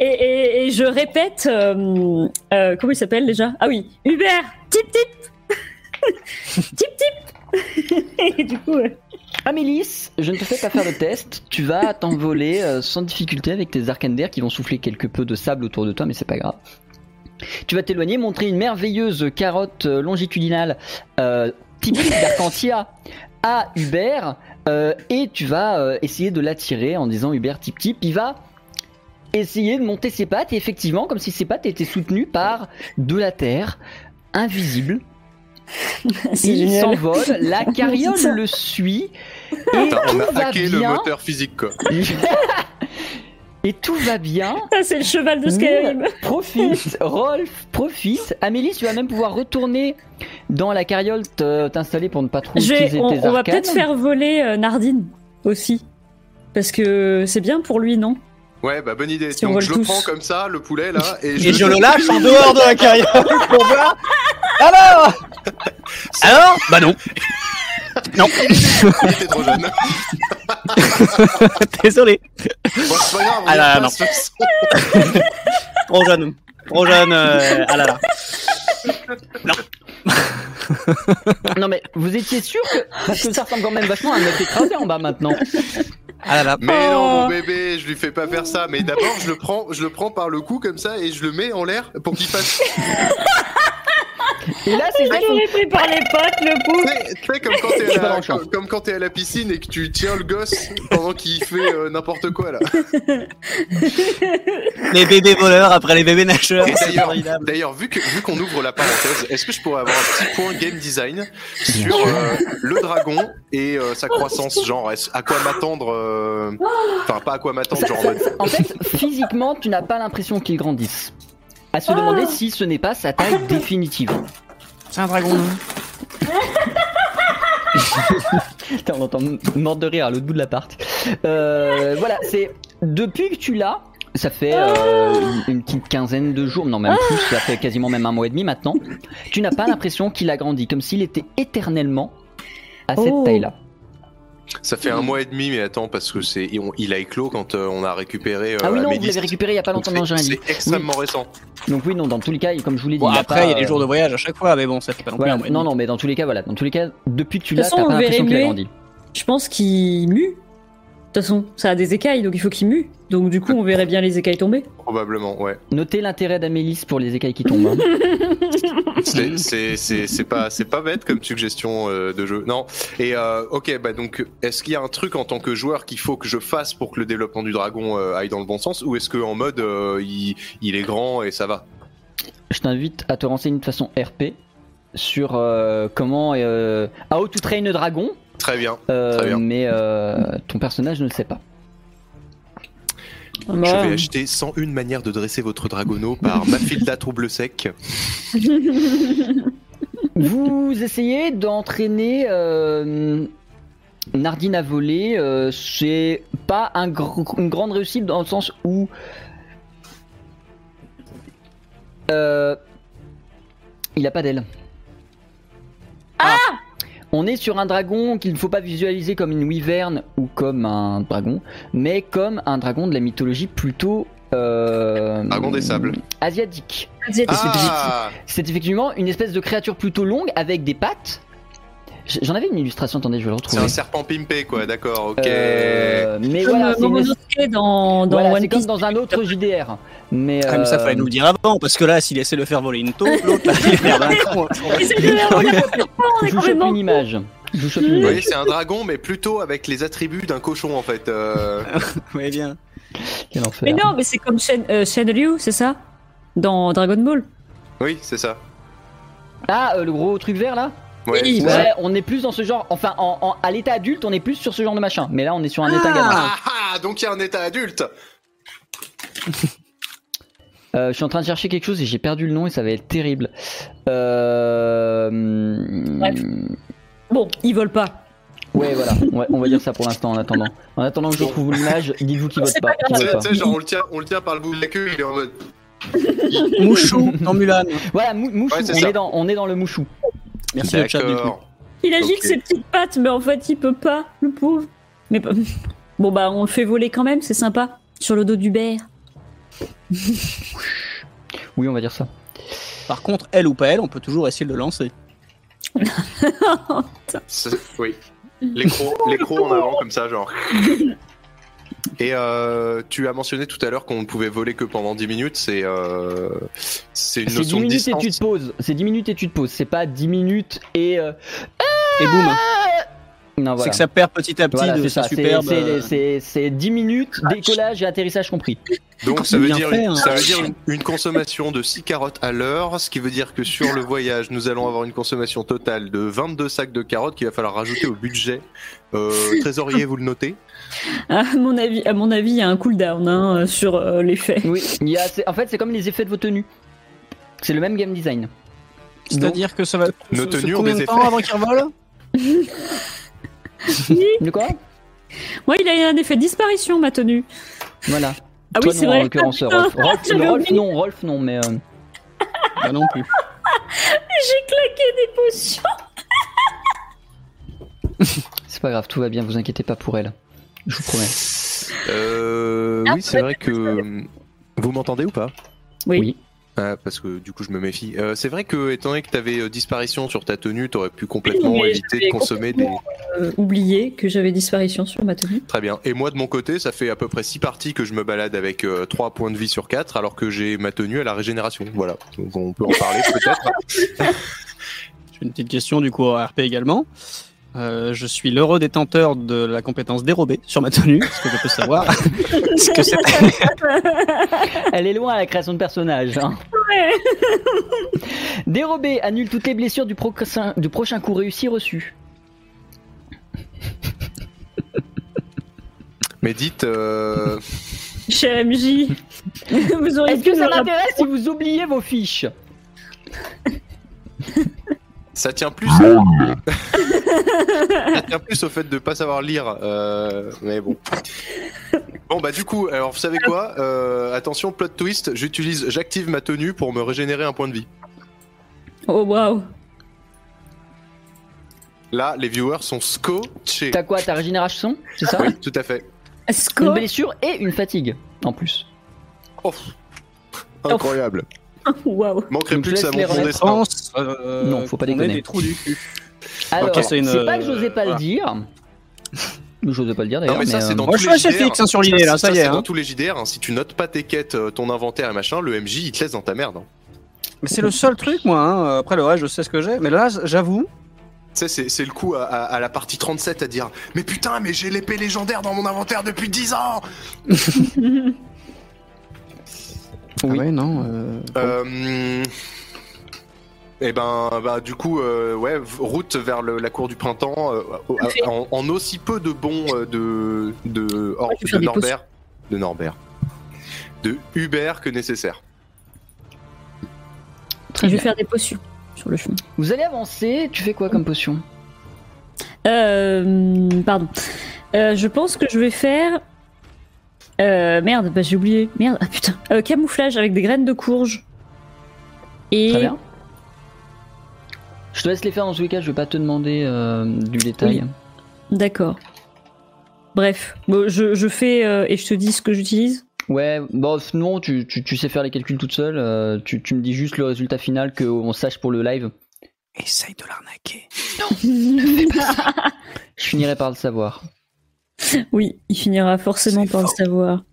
S3: et, et, et je répète euh, euh, comment il s'appelle déjà Ah oui, Hubert. Tip tip. tip tip. et du coup. euh,
S2: Amélis, je ne te fais pas faire de test. Tu vas t'envoler euh, sans difficulté avec tes arcanes d'air qui vont souffler quelque peu de sable autour de toi, mais c'est pas grave. Tu vas t'éloigner, montrer une merveilleuse carotte euh, longitudinale euh, typique d'Arcantia à Hubert, euh, et tu vas euh, essayer de l'attirer en disant Hubert tip tip. Il va essayer de monter ses pattes, et effectivement, comme si ses pattes étaient soutenues par de la terre invisible.
S3: C'est
S2: Il
S3: génial.
S2: s'envole, la
S3: C'est ça.
S2: carriole le suit, et
S5: Putain, on
S2: tout
S5: a
S2: va
S5: hacké le
S2: bien.
S5: moteur physique quoi.
S2: et tout va bien.
S3: Ah, c'est le cheval de Skyrim.
S2: Mille profite, Rolf profite. Amélie, tu vas même pouvoir retourner dans la carriole te- t'installer pour ne pas trop
S3: Je vais-
S2: utiliser
S3: on,
S2: tes
S3: on va
S2: arcanes.
S3: peut-être faire voler euh, Nardine aussi. Parce que c'est bien pour lui, non
S5: Ouais, bah bonne idée.
S3: Si on
S5: Donc
S3: vole
S5: je le
S3: tous.
S5: prends comme ça, le poulet là, et je,
S4: Et je le lâche en dehors de la carrière pour voir. Alors Alors Bah non. Non,
S5: Il était trop jeune.
S4: désolé.
S5: Bon, c'est pas grave, on
S4: Ah là là,
S5: repasse le son.
S4: Trop jeune. Trop jeune. euh, Ah là là.
S2: Non mais vous étiez sûr que parce que ça ressemble quand même vachement à un mec écrasé en bas maintenant.
S4: Ah là là.
S5: Mais
S3: Oh.
S5: non, mon bébé, je lui fais pas faire ça. Mais d'abord, je le prends, je le prends par le cou comme ça et je le mets en l'air pour qu'il fasse.
S2: Et là c'est vrai qu'on-
S3: l'ai pris par les pattes, le
S5: Tu
S3: pauvre.
S5: sais- tu sais, comme quand t'es
S2: C'est
S5: à,
S2: pas dans
S5: la-
S2: le champ.
S5: comme, comme quand t'es à la piscine et que tu tiens le gosse pendant qu'il fait euh, n'importe quoi là.
S4: Les bébés voleurs après les bébés nageurs.
S5: Et
S4: C'est
S5: D'ailleurs,
S4: formidable.
S5: d'ailleurs, vu que vu qu'on ouvre la parenthèse, est-ce que je pourrais avoir un petit point game design sur euh, le dragon et euh, sa croissance, genre est-ce- à quoi m'attendre euh, Enfin, pas à quoi m'attendre,
S2: ça-
S5: genre en
S2: ça-
S5: mode-
S2: ça- en fait physiquement tu n'as pas l'impression qu'il grandisse. À se
S3: Ah.
S2: demander si ce n'est pas sa taille définitive.
S4: C'est un dragon.
S2: Putain, on l'entend mort de rire à l'autre bout de l'appart. Euh, voilà, c'est depuis que tu l'as, ça fait
S4: Ah.
S2: euh, une une petite quinzaine de jours, non même plus, ça fait quasiment même un mois et demi maintenant. Tu n'as pas l'impression qu'il a grandi, comme s'il était éternellement à cette
S3: Oh.
S2: taille-là.
S4: Euh,
S5: Ça fait un mois et demi, mais attends, parce que c'est on- il a éclos quand euh, on a récupéré. euh,
S2: ah oui, non, vous
S5: Amédis.
S2: l'avez récupéré il y a pas longtemps dans
S5: Donc,
S2: le
S5: c'est-
S2: jardin.
S5: C'est extrêmement récent.
S2: Donc oui, non, dans tous les cas, comme je vous l'ai dit,
S4: Bon,
S2: il a pas,
S4: après, il y a les
S2: euh,
S4: jours de voyage à chaque fois, mais bon, ça fait pas non plus
S2: voilà,
S4: un mois. et
S2: non,
S4: demi.
S2: non, mais dans tous les cas, voilà, dans tous les cas, depuis que tu
S3: De
S2: l'as,
S3: toute
S2: t'as
S3: façon,
S2: pas
S3: on le
S2: l'impression
S3: verrait
S2: qu'il a
S3: muet.
S2: grandi.
S3: Je pense qu'il mue. De toute façon, ça a des écailles, donc il faut qu'il mue. Donc du coup, on verrait bien les écailles tomber.
S5: Probablement, ouais.
S2: Notez l'intérêt d'Amélis pour les écailles qui tombent. hein.
S5: C'est- C'est c'est- c'est pas, c'est pas bête comme suggestion euh, de jeu. Non. Et euh, ok, bah donc, est-ce qu'il y a un truc en tant que joueur qu'il faut que je fasse pour que le développement du dragon euh, aille dans le bon sens Ou est-ce qu'en mode euh, il, il est grand et ça va
S2: je t'invite à te renseigner de façon RP sur euh, comment euh, How to Train a Dragon,
S5: Très bien.
S2: euh,
S5: Très bien.
S2: mais euh, ton personnage ne le sait pas.
S5: Je vais
S3: Bah,
S5: acheter 101 manières de dresser votre dragono par Mafilda Trouble Sec.
S2: Vous essayez d'entraîner euh, Nardine à voler, euh, c'est pas un gr- une grande réussite dans le sens où euh, il a pas d'aile. Ah, On est sur un dragon qu'il ne faut pas visualiser comme une wyvern ou comme un dragon, mais comme un dragon de la mythologie plutôt euh,
S5: Dragon des sables.
S2: asiatique.
S3: asiatique.
S5: Ah
S2: C'est effectivement une espèce de créature plutôt longue avec des pattes. J- J'en avais une illustration, attendez, je vais le
S5: C'est
S2: retrouver.
S5: un serpent pimpé, quoi, d'accord, ok.
S2: Euh, mais
S3: Comme
S2: voilà,
S3: euh,
S2: c'est une-
S3: Momonosuke dans, dans
S2: voilà,
S3: One
S2: c'est comme
S3: Piece.
S2: dans un autre JDR. Mais euh,
S4: Ah, mais ça fallait nous le dire avant, parce que là, s'il laissait le faire voler une taupe, l'autre, là, il hein. perd un con.
S3: Et c'est le héros, là, on est
S2: je vous chope
S3: complètement
S2: une image. Je vous chope une
S5: Vous
S2: image.
S5: voyez, c'est un dragon, mais plutôt avec les attributs d'un cochon, en fait. euh.
S4: Ouais, bien.
S2: Quel enfer.
S3: Mais non, mais c'est comme Shen, euh, Shen Ryu, c'est ça Dans Dragon Ball.
S5: Oui, c'est ça.
S2: Ah, euh, le gros truc vert là
S5: Ouais,
S3: Oui,
S5: c'est
S2: Ouais,
S5: ça.
S2: on est plus dans ce genre. Enfin, en, en- à l'état adulte, on est plus sur ce genre de machin. Mais là, on est sur un état gamin.
S5: Ah, ah, donc il y a un état adulte
S4: Ah,
S2: Euh, je suis en train de chercher quelque chose et j'ai perdu le nom et ça va être terrible. Euh...
S3: Bref. Bon, ils volent pas.
S2: Ouais, voilà. Ouais, on va dire ça pour l'instant en attendant. En attendant que je trouve l'image, dites-vous qui vote
S3: C'est
S2: pas. qui
S3: pas
S5: Tu
S2: vote
S5: sais-
S2: pas.
S5: tu sais, genre on le, tient, on le tient par le bout de la queue, il est en mode.
S4: Mouchou, dans Mulan.
S2: Voilà, mou- mouchou,
S5: Ouais, c'est
S2: on,
S5: ça.
S2: est dans, on est dans le mouchou.
S4: Merci le chat du coup.
S5: D'accord.
S3: Il agite
S5: Ok.
S3: ses petites pattes, mais en fait, il peut pas, le pauvre. Mais pas- bon, bah, on le fait voler quand même, c'est sympa. Sur le dos du bear.
S2: Oui, on va dire ça.
S4: Par contre, elle ou pas elle, on peut toujours essayer de le lancer.
S2: Ah,
S5: C'est- Oui. Les crocs, les crocs en avant, comme ça, genre. Et euh, tu as mentionné tout à l'heure qu'on ne pouvait voler que pendant 10 minutes, c'est euh, c'est une
S2: C'est 10
S5: notion de
S2: minutes et
S5: distance.
S2: tu te poses. C'est 10 minutes et tu te poses. C'est pas 10 minutes et. euh, Ah
S4: Et boum,
S2: Non,
S4: c'est
S2: voilà.
S4: que ça perd petit à petit
S2: Voilà,
S4: de
S2: c'est
S4: sa
S2: ça. C'est-
S4: superbe.
S2: c'est-
S4: euh,
S2: C'est c'est 10 minutes, décollage et atterrissage compris.
S5: Donc ça veut,
S4: Bien
S5: dire
S4: fait,
S5: une,
S4: hein.
S5: ça veut dire une- une consommation de 6 carottes à l'heure, ce qui veut dire que sur le voyage, nous allons avoir une consommation totale de 22 sacs de carottes qu'il va falloir rajouter au budget. Euh, trésorier, vous le notez
S3: À mon avis, à mon avis, il y a un cooldown hein, euh, sur euh, les faits.
S2: Oui, il y a- c'est- en fait, c'est comme les effets de vos tenues. C'est le même game design.
S4: C'est-à-dire que ça va.
S5: Nos
S4: se- se
S5: tenues ont
S4: combien
S5: des
S4: de temps
S5: effets.
S4: avant qu'il revole
S2: De quoi
S3: Moi, il a un effet de disparition, ma tenue.
S2: Voilà.
S3: Ah
S2: Toi,
S3: oui,
S2: non, En
S3: c'est vrai.
S2: l'occurrence,
S3: Ah, putain,
S2: Rolf. Rolf,
S3: j'avais
S2: Rolf,
S3: oublié.
S2: non, Rolf, non, mais. euh,
S4: Bah non plus.
S3: J'ai claqué des potions.
S2: c'est pas grave, tout va bien, vous inquiétez pas pour elle. Je vous promets.
S3: Ah,
S5: Euh, oui, c'est vrai que. euh, Vous m'entendez ou pas
S3: Oui.
S2: Oui.
S5: Ah, parce que du coup, je me méfie. Euh, c'est vrai que, étant donné que t'avais euh, disparition sur ta tenue, t'aurais pu complètement
S3: mais
S5: éviter de
S3: j'avais
S5: consommer
S3: complètement-
S5: des.
S3: Euh, oublié que j'avais disparition sur ma tenue.
S5: Très bien. Et moi, de mon côté, ça fait à peu près 6 parties que je me balade avec 3 points de vie sur 4, alors que j'ai ma tenue à la régénération. Voilà. Donc, on peut en parler peut-être.
S4: J'ai une petite question du coup à RP également. Euh, je suis l'heureux détenteur de la compétence dérobée sur ma tenue, ce que je peux savoir. Est-ce que c'est-
S2: Elle est loin à la création de personnage. hein. Dérobé annule toutes les blessures du, prochain- du prochain coup réussi reçu.
S5: Mais dites, euh,
S3: Chez MJ. Vous auriez
S2: Est-ce que
S3: pu
S2: ça
S3: me rappeler-
S2: m'intéresse si vous oubliez vos fiches
S5: ça tient plus. ça tient plus au fait de pas savoir lire. euh, Mais bon. Bon, bah, du coup, alors, vous savez quoi Euh, Attention, plot twist, j'utilise, j'active ma tenue pour me régénérer un point de vie.
S3: Oh waouh.
S5: Là, les viewers sont scotchés.
S2: T'as quoi Ta régénération C'est ça
S5: Oui, tout à fait.
S2: Une
S3: Score.
S2: blessure et une fatigue en plus.
S5: Oh. Incroyable.
S3: Waouh.
S5: Manquerait
S2: Donc,
S5: plus que ça
S2: laisse-les
S5: monte mon
S2: remettre.
S5: destin.
S4: pense, euh,
S2: Non, faut pas
S4: qu'on ait
S2: déconner.
S4: des trous du cul.
S2: Alors,
S4: Ok, c'est une,
S2: c'est pas que
S4: euh,
S2: j'osais pas le
S4: voilà.
S2: dire. J'osais pas le dire
S5: Non,
S2: d'ailleurs.
S5: mais ça,
S2: mais,
S5: c'est
S2: euh,
S5: dans
S4: Moi,
S5: tous
S4: je
S5: les
S4: suis chez
S5: JDR.
S4: fixe hein, sur l'idée, là, ça, y est.
S5: c'est dans
S4: hein.
S5: tous les JDR. hein. Si tu notes pas tes quêtes, euh, ton inventaire et machin, le MJ, il te laisse dans ta merde. hein.
S4: Mais c'est le seul truc, moi. hein. Après, le reste, je sais ce que j'ai. Mais là, j'avoue,
S5: Tu sais, c'est- c'est le coup à, à- à la partie 37 à dire Mais putain, mais j'ai l'épée légendaire dans mon inventaire depuis 10 ans
S2: Oui.
S4: Ah ouais, non. euh,
S5: Euh. Et ben, bah, du coup, euh, ouais, v- route vers le- la cour du printemps euh, au-
S3: Parfait.
S5: en, en aussi peu de bons euh, de, de, or-
S3: Ouais, je vais faire
S5: de
S3: des
S5: Norbert. De Norbert. De Hubert que nécessaire.
S3: Je vais faire des potions sur le chemin.
S2: Vous allez avancer, tu fais quoi comme potion
S3: Euh, pardon. Euh, je pense que je vais faire. Euh, merde, bah, j'ai oublié. Merde, ah putain. Euh, camouflage avec des graines de courge. Et.
S2: Très bien. Je te laisse les faire dans tous les cas, je vais pas te demander euh, du détail.
S3: D'accord. Bref, Bon, je, je fais euh, et je te dis ce que j'utilise.
S2: Ouais, bon, sinon tu, tu, tu sais faire les calculs toute seule, euh, tu, tu me dis juste le résultat final qu'on sache pour le live.
S4: Essaye de l'arnaquer.
S2: Je finirai par le savoir.
S3: oui, il finira forcément
S4: C'est
S3: par le
S4: fort.
S3: savoir.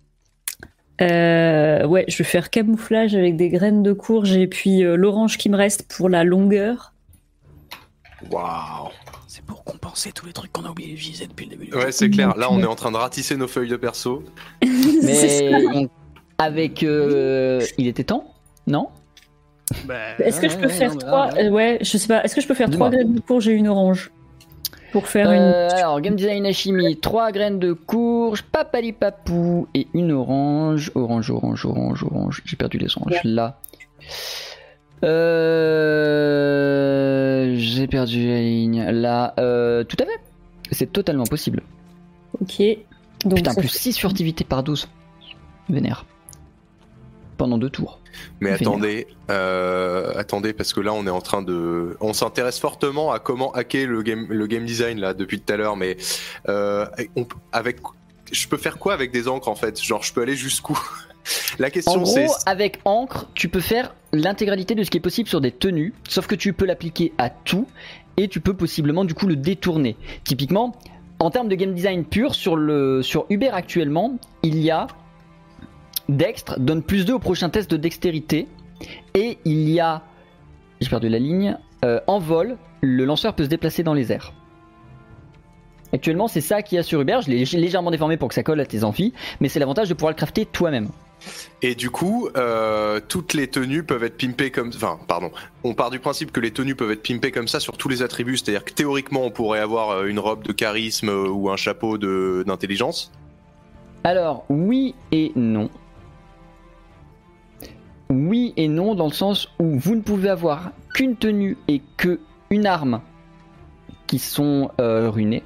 S3: Euh, ouais, je vais faire camouflage avec des graines de courge et puis euh, l'orange qui me reste pour la longueur.
S5: Waouh
S4: C'est pour compenser tous les trucs qu'on a oublié de viser depuis le début du
S5: Ouais, c'est clair. Là, on est en train de ratisser nos feuilles de perso.
S3: C'est ça.
S2: Mais avec. euh, il était temps Non
S4: bah,
S3: Est-ce que je peux faire trois euh, Ouais, je sais pas. Est-ce que je peux faire
S2: Dis-moi.
S3: trois graines de courge et une orange pour faire
S2: Euh, alors, game design et chimie, 3 graines de courge, papalipapou et une orange. Orange, orange, orange, orange. J'ai perdu les oranges là. Euh, J'ai perdu la ligne là. Euh, tout à fait. C'est totalement possible.
S3: une Ok. Donc
S2: Putain,
S3: ça
S2: plus
S3: fait-
S2: 6 furtivité par 12. Vénère. Pendant deux tours.
S5: Mais
S2: Vénère.
S5: attendez, euh, attendez, parce que là, on est en train de, on s'intéresse fortement à comment hacker le game, le game design là depuis tout à l'heure, mais euh, on p- avec, je peux faire quoi avec des encres en fait Genre, je peux aller jusqu'où La
S2: En
S5: question
S2: gros,
S5: c'est,
S2: avec encre, tu peux faire l'intégralité de ce qui est possible sur des tenues, sauf que tu peux l'appliquer à tout et tu peux possiblement du coup le détourner. Typiquement, en termes de game design pur, sur, le, sur Uber actuellement, il y a Dextre donne plus 2 au prochain test de dextérité et il y a, j'ai perdu la ligne, euh, en vol, le lanceur peut se déplacer dans les airs. Actuellement, c'est ça qu'il y a sur Uber. Je l'ai légèrement déformé pour que ça colle à tes amphis, mais c'est l'avantage de pouvoir le crafter toi-même.
S5: et du coup, euh, toutes les tenues peuvent être pimpées comme, enfin, pardon, on part du principe que les tenues peuvent être pimpées comme ça sur tous les attributs, c'est-à-dire que théoriquement, on pourrait avoir euh, une robe de charisme euh, ou un chapeau de d'intelligence.
S2: Alors, oui et non. Oui et non dans le sens où vous ne pouvez avoir qu'une tenue et que une arme qui sont euh, ruinées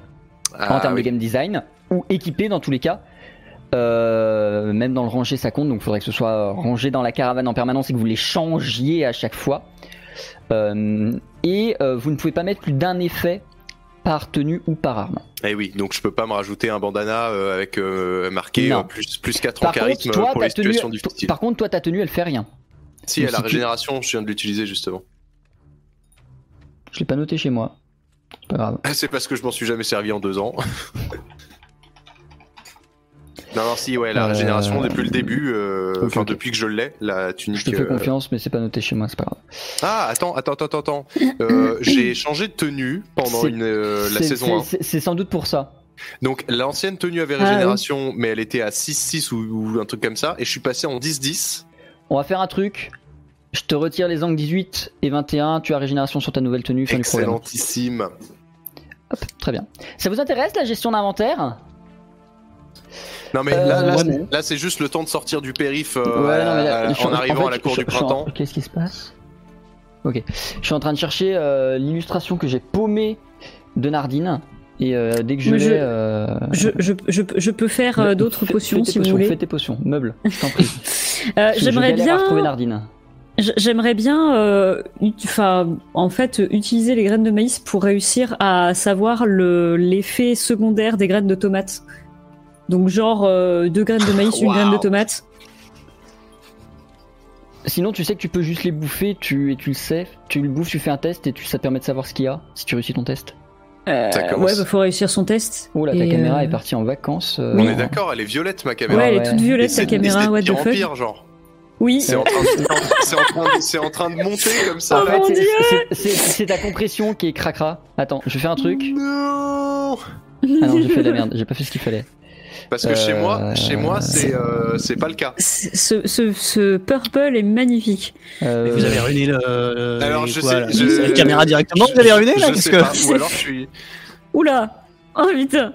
S2: en
S5: Ah,
S2: termes
S5: oui.
S2: de game design ou équipées dans tous les cas. Euh, même dans le ranger ça compte, donc il faudrait que ce soit rangé dans la caravane en permanence et que vous les changiez à chaque fois. Euh, et euh, vous ne pouvez pas mettre plus d'un effet par tenue ou par arme.
S5: Eh oui, donc je peux pas me rajouter un bandana euh, avec euh, marqué
S2: Non.
S5: euh, plus plus 4 en
S2: Par contre,
S5: charisme
S2: toi,
S5: pour
S2: ta
S5: les
S2: tenue,
S5: situations
S2: t-
S5: difficiles.
S2: par contre, toi, ta tenue, elle fait rien.
S5: Si,
S2: Mais
S5: à la
S2: si tu-
S5: régénération, je viens de l'utiliser justement.
S2: Je l'ai pas noté chez moi. C'est Pas grave.
S5: C'est parce que je m'en suis jamais servi en deux ans. non, non, si, ouais, la
S2: Euh,
S5: régénération, depuis le début, euh,
S2: ok,
S5: enfin
S2: ok.
S5: depuis que je l'ai, la
S2: Je
S5: tunique.
S2: te fais
S5: euh,
S2: confiance, mais c'est pas noté chez moi, c'est pas grave.
S5: Ah, attends, attends, attends, attends. Euh, J'ai changé de tenue pendant
S2: C'est-
S5: une, euh, la
S2: C'est-
S5: saison 1.
S2: c'est- C'est c'est sans doute pour ça.
S5: Donc l'ancienne tenue avait
S3: Ah,
S5: régénération, mais elle était à 6-6 ou, ou un truc comme ça, et je suis passé en 10-10.
S2: On va faire un truc. Je te retire les angles 18 et 21. Tu as régénération sur ta nouvelle tenue. Fin du problème.
S5: Excellentissime.
S2: Hop, très bien. Ça vous intéresse la gestion d'inventaire
S5: Non mais
S2: Euh,
S5: là, là,
S2: ouais,
S5: c'est-
S2: mais-
S5: là, c'est juste le temps de sortir du périph euh,
S2: Ouais, non, mais là,
S5: à-
S2: je suis-
S5: en arrivant
S2: fait,
S5: à la
S2: je-
S5: cour
S2: je-
S5: du
S2: je suis en-
S5: printemps.
S2: Qu'est-ce qui se passe Ok. Je suis en train de chercher euh, l'illustration que j'ai paumée de Nardine. Et euh, dès que je
S3: Mais je-
S2: l'ai. euh,
S3: Je, je, je, je peux faire euh, d'autres
S2: fais- fais
S3: potions
S2: tes
S3: si vous
S2: potions,
S3: voulez.
S2: Fais tes potions, meuble, je t'en prie.
S3: Euh,
S2: Parce que je
S3: J'aimerais
S2: galère à
S3: bien.
S2: retrouver Nardine.
S3: J- J'aimerais bien, euh, ut- enfin, en fait, euh, utiliser les graines de maïs pour réussir à savoir le- l'effet secondaire des graines de tomates. Donc, genre euh, deux graines de maïs, une
S4: Wow.
S3: graine de tomate.
S2: Sinon, tu sais que tu peux juste les bouffer, tu, et tu le sais. Tu le bouffes, tu fais un test et tu, ça te permet de savoir ce qu'il y a si tu réussis ton test.
S3: Euh,
S5: Ça commence.
S3: ouais, bah, faut réussir son test.
S2: Oula, ta
S3: Et,
S2: caméra
S3: euh,
S2: est partie en vacances. euh,
S5: On
S3: Oui.
S5: est d'accord, elle est violette ma
S3: Ouais,
S5: caméra.
S3: elle
S2: Ouais.
S3: est toute
S5: Et
S3: violette
S5: c'est-
S3: sa
S5: et c'est
S3: caméra.
S5: de
S3: What the
S5: pire en
S3: fuck.
S5: pire, genre.
S3: Oui.
S5: C'est en, train de- c'est en train de- c'est en train de monter comme ça.
S2: En
S3: Oh
S5: là.
S2: fait,
S3: mon
S2: c'est-
S3: Dieu
S2: c'est- c'est c'est ta compression qui est cracra. Attends, je fais un truc. Ah
S5: Non
S2: non, j'ai fait de la merde, j'ai pas fait ce qu'il fallait.
S5: Parce que chez moi,
S2: Euh,
S5: chez moi, c'est euh, c'est pas le cas.
S3: ce, ce, ce purple est magnifique.
S2: Euh,
S4: Vous avez ruiné le.
S5: Alors,
S4: les-
S5: je
S4: quoi,
S5: sais-
S4: là,
S5: je-
S4: La caméra directement,
S5: Je-
S4: vous avez ruiné là
S5: Je
S4: Qu'est-ce
S5: sais
S4: que.
S5: pas. Ou alors je suis.
S3: Oula Oh putain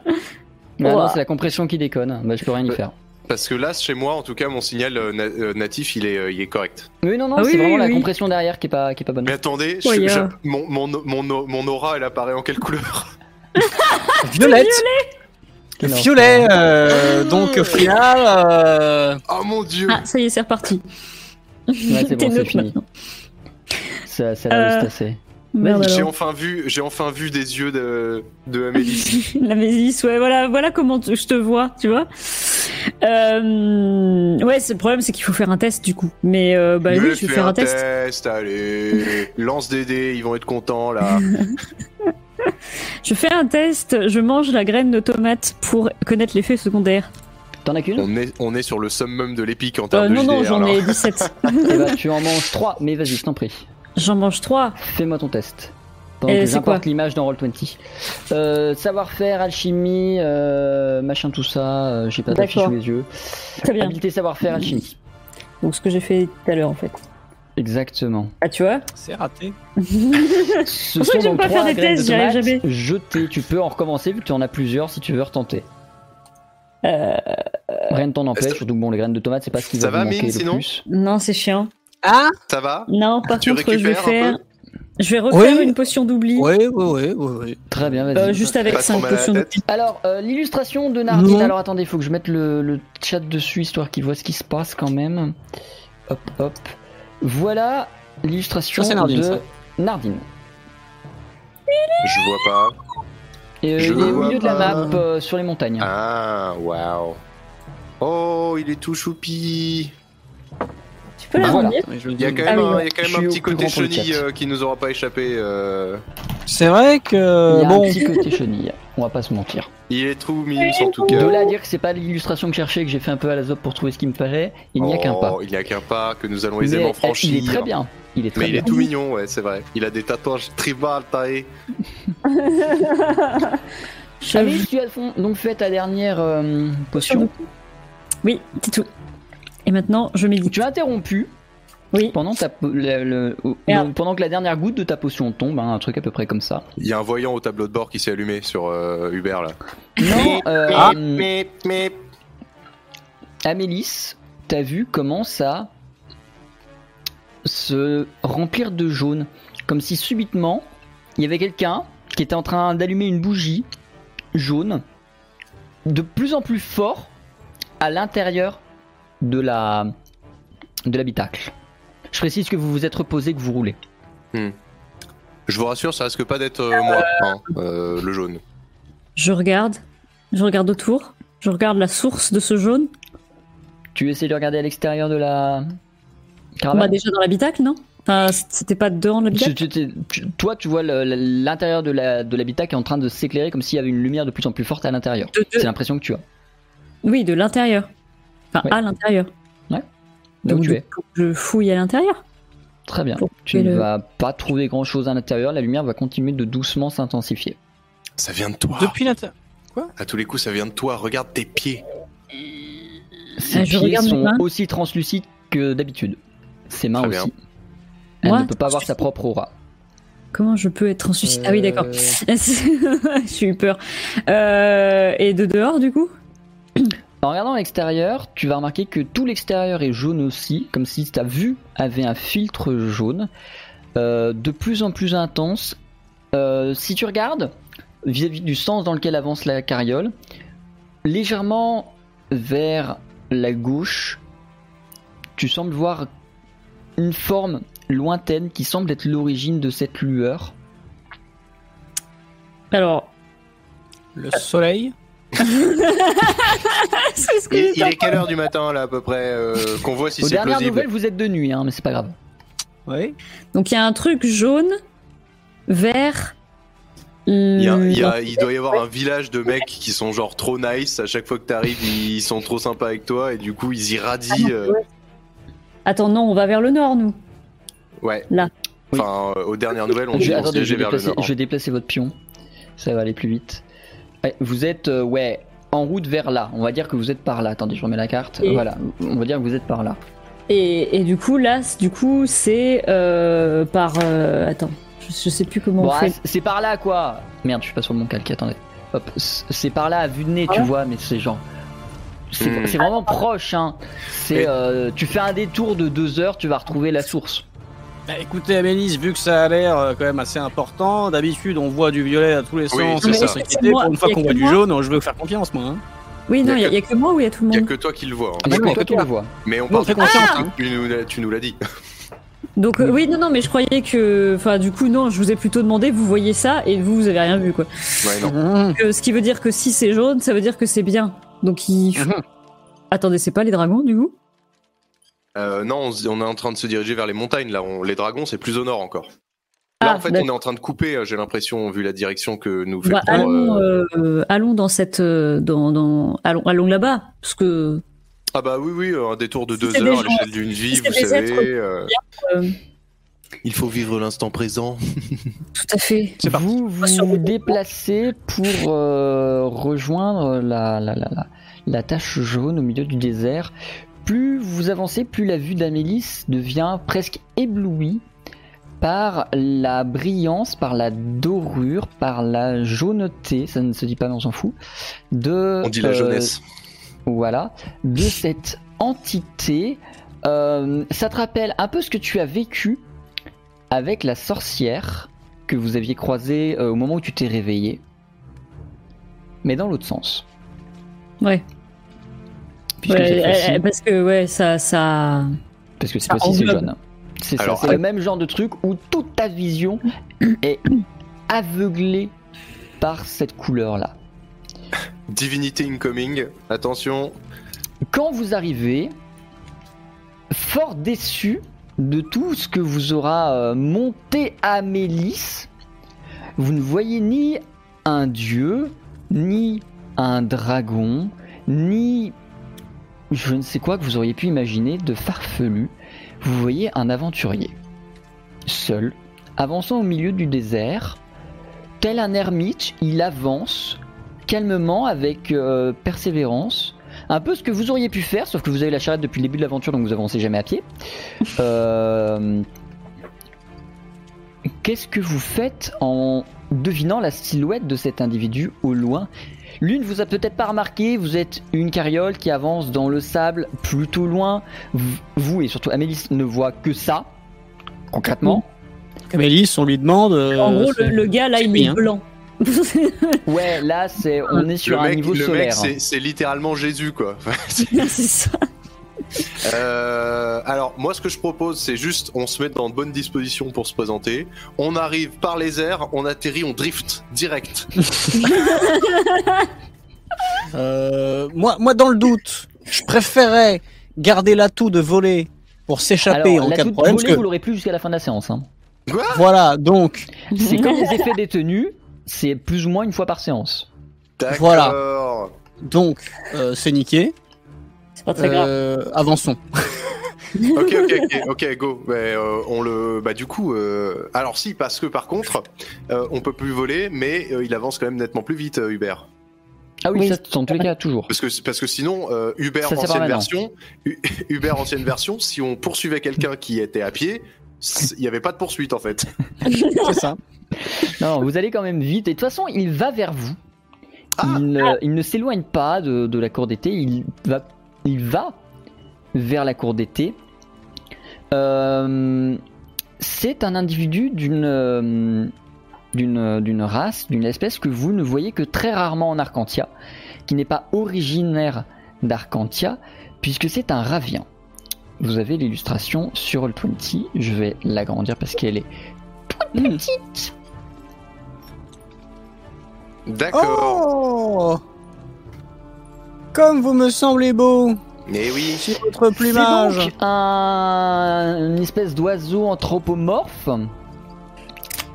S2: mais ah
S3: Ouah.
S2: non, c'est la compression qui déconne, bah je peux rien
S5: Euh,
S2: y faire.
S5: Parce que là, chez moi, en tout cas, mon signal euh, na- euh, natif, il est, euh, il est correct.
S2: Mais non, non,
S3: Ah
S2: c'est
S3: oui,
S2: vraiment
S3: oui,
S2: la
S3: oui.
S2: compression derrière qui est pas, qui est pas bonne.
S5: Mais attendez, je-
S3: Ouais,
S5: je-
S3: euh.
S5: mon, mon, mon, o- mon aura, elle apparaît en quelle couleur
S4: Violette
S2: Non.
S4: Violet euh, Donc, Fria. euh,
S5: Oh mon dieu
S3: Ah, ça y est, c'est reparti.
S2: Ouais, c'est
S3: T'es
S2: bon, c'est
S3: neutre
S2: fini.
S3: maintenant.
S2: Ça, ça va
S3: Euh,
S2: juste assez.
S3: Merde
S5: J'ai
S3: alors.
S5: enfin vu, j'ai enfin vu des yeux de, de Amélie.
S3: La Mésis, ouais, voilà, voilà comment tu- je te vois, tu vois. Euh, ouais, c'est le problème, c'est qu'il faut faire un test du coup. Mais euh, bah
S5: Mais
S3: oui, je vais
S5: fais
S3: faire un test.
S5: test. Allez, lance des dés, ils vont être contents là.
S3: Je fais un test. Je mange la graine de tomate pour connaître l'effet secondaire.
S2: T'en as qu'une
S5: on est, on est sur le summum de l'épique en
S3: Euh,
S5: termes
S3: non,
S5: de
S3: non,
S5: JDR,
S3: j'en
S5: là.
S3: ai 17.
S2: Eh bah, tu en manges 3, mais vas-y, je t'en prie.
S3: j'en mange 3.
S2: Fais-moi ton test. Pendant
S3: Euh,
S2: que
S3: c'est
S2: j'importe
S3: quoi
S2: l'image dans Roll20. Euh, Savoir-faire, alchimie, euh, machin, tout ça, euh, j'ai pas ta fiche sous
S3: D'accord.
S2: les yeux.
S3: Très bien.
S2: Habilité, savoir-faire, alchimie.
S3: Ah, Donc ce que j'ai fait tout à l'heure en fait.
S2: Exactement.
S3: Ah, tu vois
S4: C'est raté.
S2: Ce
S3: pour ça que j'aime
S2: donc
S3: pas
S2: trois
S3: faire des
S2: graines
S3: tests,
S2: de
S3: j'y arrive
S2: tomates
S3: jamais.
S2: jetées. tu peux en recommencer vu que tu en as plusieurs si tu veux retenter.
S3: Euh,
S2: Rien ne t'en
S5: Euh, Est-ce
S2: empêche,
S5: que-
S2: surtout que bon, les graines de tomates, c'est pas ce qui
S5: Ça
S2: va,
S5: va,
S2: vous manquer
S5: Mine,
S2: le
S5: sinon
S2: plus.
S3: Non, c'est chiant.
S4: Ah
S5: Ça va
S3: Non, par
S5: Tu
S3: contre, je vais
S5: récupères un
S3: faire.
S5: peu
S3: Je vais refaire
S4: Oui.
S3: une potion d'oubli.
S4: Ouais, ouais, ouais, ouais, ouais.
S2: Très bien, vas-y.
S3: euh, juste avec
S5: Pas trop
S3: 5
S5: mal à
S3: potions
S5: la tête.
S3: d'oubli.
S2: Alors, euh, l'illustration de Nardine,
S4: Non.
S2: alors attendez, il faut que je mette le, le chat dessus, histoire qu'il voit ce qui se passe quand même. Hop, hop. Voilà l'illustration
S4: Ça, c'est Nardine,
S2: de
S4: ça.
S2: Nardine.
S5: Je vois pas.
S2: Et, euh,
S5: Je
S2: il est au
S5: vois
S2: milieu de la
S5: pas.
S2: map, euh, sur les montagnes.
S5: Ah, waouh. Oh, il est tout choupi.
S3: Tu peux la
S2: Voilà.
S3: ramener
S4: Mais je veux
S5: Il y a
S2: Mm.
S4: dire-
S5: quand même,
S3: Ah oui,
S5: un,
S3: ouais.
S5: il y a quand même
S2: Je
S5: un
S2: suis au
S5: petit
S2: plus
S5: côté
S2: grand pour le
S5: chenille
S2: chat.
S5: euh, qui nous aura pas échappé. euh.
S4: C'est vrai
S2: il y
S4: que.
S2: a
S4: Euh, Bon.
S2: un petit côté chenille, on va pas se mentir.
S5: Il est trop mignon en tout cas.
S2: De là à dire que c'est pas l'illustration que je cherchais, que j'ai fait un peu à la zope pour trouver ce qu'il me fallait, il n'y a qu'un
S5: Oh,
S2: pas.
S5: Il n'y a qu'un pas que nous allons
S2: Mais euh,
S5: aisément
S2: il
S5: franchir.
S2: est très bien. Il est très
S5: hein. Mais il
S2: bien.
S5: est tout mignon, ouais, c'est vrai. Il a des tatouages tribal taillés.
S3: J'avoue.
S2: Alice, Ah, tu as fond- donc fait ta dernière euh, potion.
S3: Oui, c'est tout. Et maintenant, je médite.
S2: Tu as interrompu
S3: Oui.
S2: pendant, ta, po- le- le- au-
S3: Merde.
S2: non, pendant que la dernière goutte de ta potion tombe, hein, un truc à peu près comme ça.
S5: Il y a un voyant au tableau de bord qui s'est allumé sur euh, Hubert là.
S2: Non, euh,
S4: Ah.
S5: Mais, mais.
S2: Amélis, t'as vu comment ça se remplir de jaune, comme si subitement il y avait quelqu'un qui était en train d'allumer une bougie jaune, de plus en plus fort à l'intérieur de la de l'habitacle. Je précise que vous vous êtes reposé, que vous roulez.
S5: Je vous rassure, ça risque pas d'être euh, moi, hein, euh, le jaune.
S3: Je regarde. Je regarde autour. Je regarde la source de ce jaune.
S2: Tu essaies de regarder à l'extérieur de la Caravane
S3: Bah, déjà dans l'habitacle, non Enfin, c'était pas dedans
S2: Tu-
S3: l'habitacle
S2: tu- tu- tu- toi, tu vois le- le- l'intérieur de la- de l'habitat qui est en train de s'éclairer comme s'il y avait une lumière de plus en plus forte à l'intérieur.
S3: De- de-
S2: C'est l'impression que tu as.
S3: Oui, de l'intérieur. Enfin,
S2: Ouais.
S3: à l'intérieur.
S2: Là où
S3: Donc,
S2: tu es.
S3: donc, je fouille à l'intérieur.
S2: Très bien.
S3: Pour
S2: Tu
S3: trouver
S2: ne
S3: le-
S2: vas pas trouver grand chose à l'intérieur. La lumière va continuer de doucement s'intensifier.
S5: Ça vient de toi.
S4: Depuis
S3: Ah,
S4: l'intérieur.
S5: À tous les coups, ça vient de toi. Regarde tes pieds.
S2: Ses
S3: Ah, je
S2: pieds
S3: regarde mes
S2: sont
S3: mains.
S2: aussi translucides que d'habitude. Ses mains
S5: Très bien.
S2: aussi. Elle
S3: Moi,
S2: ne peut pas avoir sa propre aura.
S3: Comment je peux être translucide Ah oui, d'accord.
S2: Euh,
S3: J'ai eu peur. Euh, et de dehors, du coup
S2: En regardant l'extérieur, tu vas remarquer que tout l'extérieur est jaune aussi, comme si ta vue avait un filtre jaune, euh, de plus en plus intense. Euh, si tu regardes vis-à-vis du sens dans lequel avance la carriole, légèrement vers la gauche, tu sembles voir une forme lointaine qui semble être l'origine de cette lueur.
S3: Alors,
S4: Le soleil.
S3: c'est ce que
S5: Il,
S3: j'étais
S5: il
S3: en
S5: est quelle heure du matin, là, à peu près euh, Qu'on voit si
S2: Aux
S5: c'est
S2: dernières
S5: plausible.
S2: nouvelles, vous êtes de nuit, hein, mais c'est pas grave.
S4: Oui.
S3: Donc il y a un truc jaune, vert.
S5: Il, y a-
S3: hum,
S5: il y
S2: euh,
S5: a- il doit y avoir un village de mecs qui sont genre trop nice. À chaque fois que t'arrives, ils sont trop sympas avec toi et du coup, ils
S2: Ah,
S5: irradient. euh,
S3: Attends, non, on va vers le nord, nous.
S5: ouais.
S3: Là.
S5: Enfin, euh, aux dernières nouvelles, on
S2: Je-
S5: on se
S2: attendez, je
S5: dirigeait
S2: vais,
S5: vers le
S2: déplacer,
S5: nord. hein.
S2: je vais déplacer votre pion. Ça va aller plus vite. Eh, Vous êtes, euh, ouais, en route vers là. On va dire que vous êtes par là. Attendez, je remets la carte.
S3: Et-
S2: Voilà, on va dire que vous êtes par là.
S3: Et, et du coup, là, c- du coup, c'est euh, par. euh, attends, je, je sais plus comment
S2: Bon,
S3: on
S2: ah,
S3: fait.
S2: c'est- c'est par là, quoi Merde, je suis pas sur mon calque, attendez. Hop, c- c'est par là, à vue de nez, tu
S3: Ah ouais
S2: vois, mais c'est genre... C'est
S5: Hmm.
S2: c'est vraiment proche, hein. C'est,
S5: Et-
S2: euh, tu fais un détour de deux heures, tu vas retrouver la source.
S4: Bah, écoutez, Amélis, vu que ça a l'air euh, quand même assez important, d'habitude on voit du violet à tous les
S5: Oui,
S4: sens.
S5: c'est
S4: on
S5: ça.
S4: s'est
S3: Mais
S4: quitté.
S3: moi,
S4: Pour une fois
S3: y a
S4: qu'on
S3: que
S4: voit du
S3: moi.
S4: jaune, je veux faire confiance, moi. hein.
S3: Oui, non, il
S5: y
S3: y,
S5: a
S3: a- il y a que moi ou il y a tout le
S5: Il y a
S3: monde
S5: que toi qui le vois. hein.
S2: Ah,
S4: bah,
S2: toi,
S4: toi,
S2: tu le vois.
S5: Mais on
S4: Nous, on
S5: parle
S3: Ah.
S4: fait confiance. hein.
S5: Tu nous, l'as- tu nous l'as dit.
S3: Donc euh, oui, non, non, mais je croyais que. Enfin, du coup, non, je vous ai plutôt demandé, vous voyez ça et vous, vous avez rien vu, quoi.
S5: Ouais, non.
S4: Mmh.
S3: Que- ce qui veut dire que si c'est jaune, ça veut dire que c'est bien. Donc il.
S4: Mhm.
S3: Attendez, c'est pas les dragons, du coup
S5: Euh, non, on, se- on est en train de se diriger vers les montagnes. Là, on- les dragons, c'est plus au nord encore.
S3: Ah,
S5: Là, en fait,
S3: d'accord.
S5: on est en train de couper. euh, J'ai l'impression, vu la direction que nous fait
S3: Bah,
S5: prendre,
S3: allons,
S5: euh,
S3: euh, allons dans cette, euh, dans, dans, allons, allons là-bas, parce que
S5: Ah bah oui, oui, un détour de
S3: Si
S5: deux
S3: c'est des
S5: heures à
S3: gens-
S5: l'échelle d'une vie,
S3: si
S5: vous
S3: c'est des
S5: savez.
S3: êtres
S5: euh,
S3: euh,
S5: Il faut vivre l'instant présent.
S3: tout à fait.
S2: Vous
S3: Sur
S2: vous
S3: le-
S2: déplacez pour euh, rejoindre la, la, la, la, la tache jaune au milieu du désert. Plus vous avancez, plus la vue d'Amélis devient presque éblouie par la brillance, par la dorure, par la jauneté, ça ne se dit pas mais on s'en fout, de...
S5: On dit la
S2: euh,
S5: jeunesse.
S2: voilà, de cette entité. Euh, ça te rappelle un peu ce que tu as vécu avec la sorcière que vous aviez croisée euh, au moment où tu t'es réveillé, mais dans l'autre sens.
S3: Ouais.
S2: Puisque
S3: Ouais,
S2: cette fois-ci-
S3: euh, euh, parce que ouais, ça, ça.
S2: parce que cette
S3: ça
S2: fois-ci c'est
S3: englobe.
S2: jaune. C'est ça,
S5: Alors,
S2: c'est
S5: à-
S2: le même genre de truc où toute ta vision est aveuglée par cette couleur-là.
S5: Divinité incoming. Attention.
S2: quand vous arrivez, fort déçu de tout ce que vous aura euh, monté à Mélis, vous ne voyez ni un dieu, ni un dragon, ni je ne sais quoi que vous auriez pu imaginer de farfelu. Vous voyez un aventurier, seul, avançant au milieu du désert. Tel un ermite, il avance calmement avec euh, persévérance un peu ce que vous auriez pu faire, sauf que vous avez la charrette depuis le début de l'aventure, donc vous avancez jamais à pied. Euh, Qu'est-ce que vous faites en devinant la silhouette de cet individu au loin L'une vous a peut-être pas remarqué, vous êtes une carriole qui avance dans le sable plutôt loin. Vous- Vous et surtout Amélis ne voit que ça, concrètement.
S4: Amélis, on lui demande. euh,
S3: en gros,
S4: c'est-
S3: le, le gars là,
S4: c'est
S3: il
S4: lui,
S3: est
S4: hein.
S3: blanc.
S2: Ouais, là c'est on est sur
S5: Le
S2: un
S5: mec,
S2: niveau
S5: le mec,
S2: solaire.
S5: c'est c'est littéralement Jésus, quoi.
S3: c'est ça.
S5: Euh, alors, moi, ce que je propose, c'est juste, on se met dans de bonnes dispositions pour se présenter. On arrive par les airs, on atterrit, on drift direct.
S4: Euh, moi, moi, dans le doute, je préférais garder l'atout de voler pour s'échapper en
S2: la
S4: cas de
S2: toute
S4: problème.
S2: brûlée,
S4: parce que-
S2: vous l'aurez plus jusqu'à la fin de la séance. hein.
S4: Voilà, donc,
S2: C'est comme les effets détenus, c'est plus ou moins une fois par séance.
S5: D'accord.
S4: Voilà. donc euh, c'est niqué.
S3: C'est pas très grave.
S4: Euh, avançons.
S5: Ok, ok, ok, ok, go. Mais, euh, on le, bah du coup, euh, alors si, parce que par contre, euh, on peut plus voler, mais euh, il avance quand même nettement plus vite, euh, Hubert.
S2: Ah oui,
S3: Oui.
S2: ça, dans tous les cas, toujours.
S5: Parce que, parce que sinon, euh, Uber,
S2: Ça, c'est pas
S5: ancienne
S2: mal, hein. non.
S5: version, U- Uber ancienne version, si on poursuivait quelqu'un qui était à pied, c- il n'y avait pas de poursuite en fait.
S4: C'est ça.
S2: Non, vous allez quand même vite. Et de toute façon, il va vers vous.
S5: Ah.
S2: il, ne- il ne s'éloigne pas de, de la cour d'été. Il va, il va vers la cour d'été. Euh, c'est un individu d'une euh, d'une d'une race, d'une espèce que vous ne voyez que très rarement en Arcantia, qui n'est pas originaire d'Arcantia, puisque c'est un ravien. Vous avez l'illustration sur le 20. Je vais l'agrandir parce qu'elle est toute petite.
S4: Oh
S5: D'accord.
S4: Comme vous me semblez beau
S2: Oh
S5: Mais Eh oui.
S4: sur votre
S2: C'est
S4: plumage.
S2: donc un, une espèce d'oiseau anthropomorphe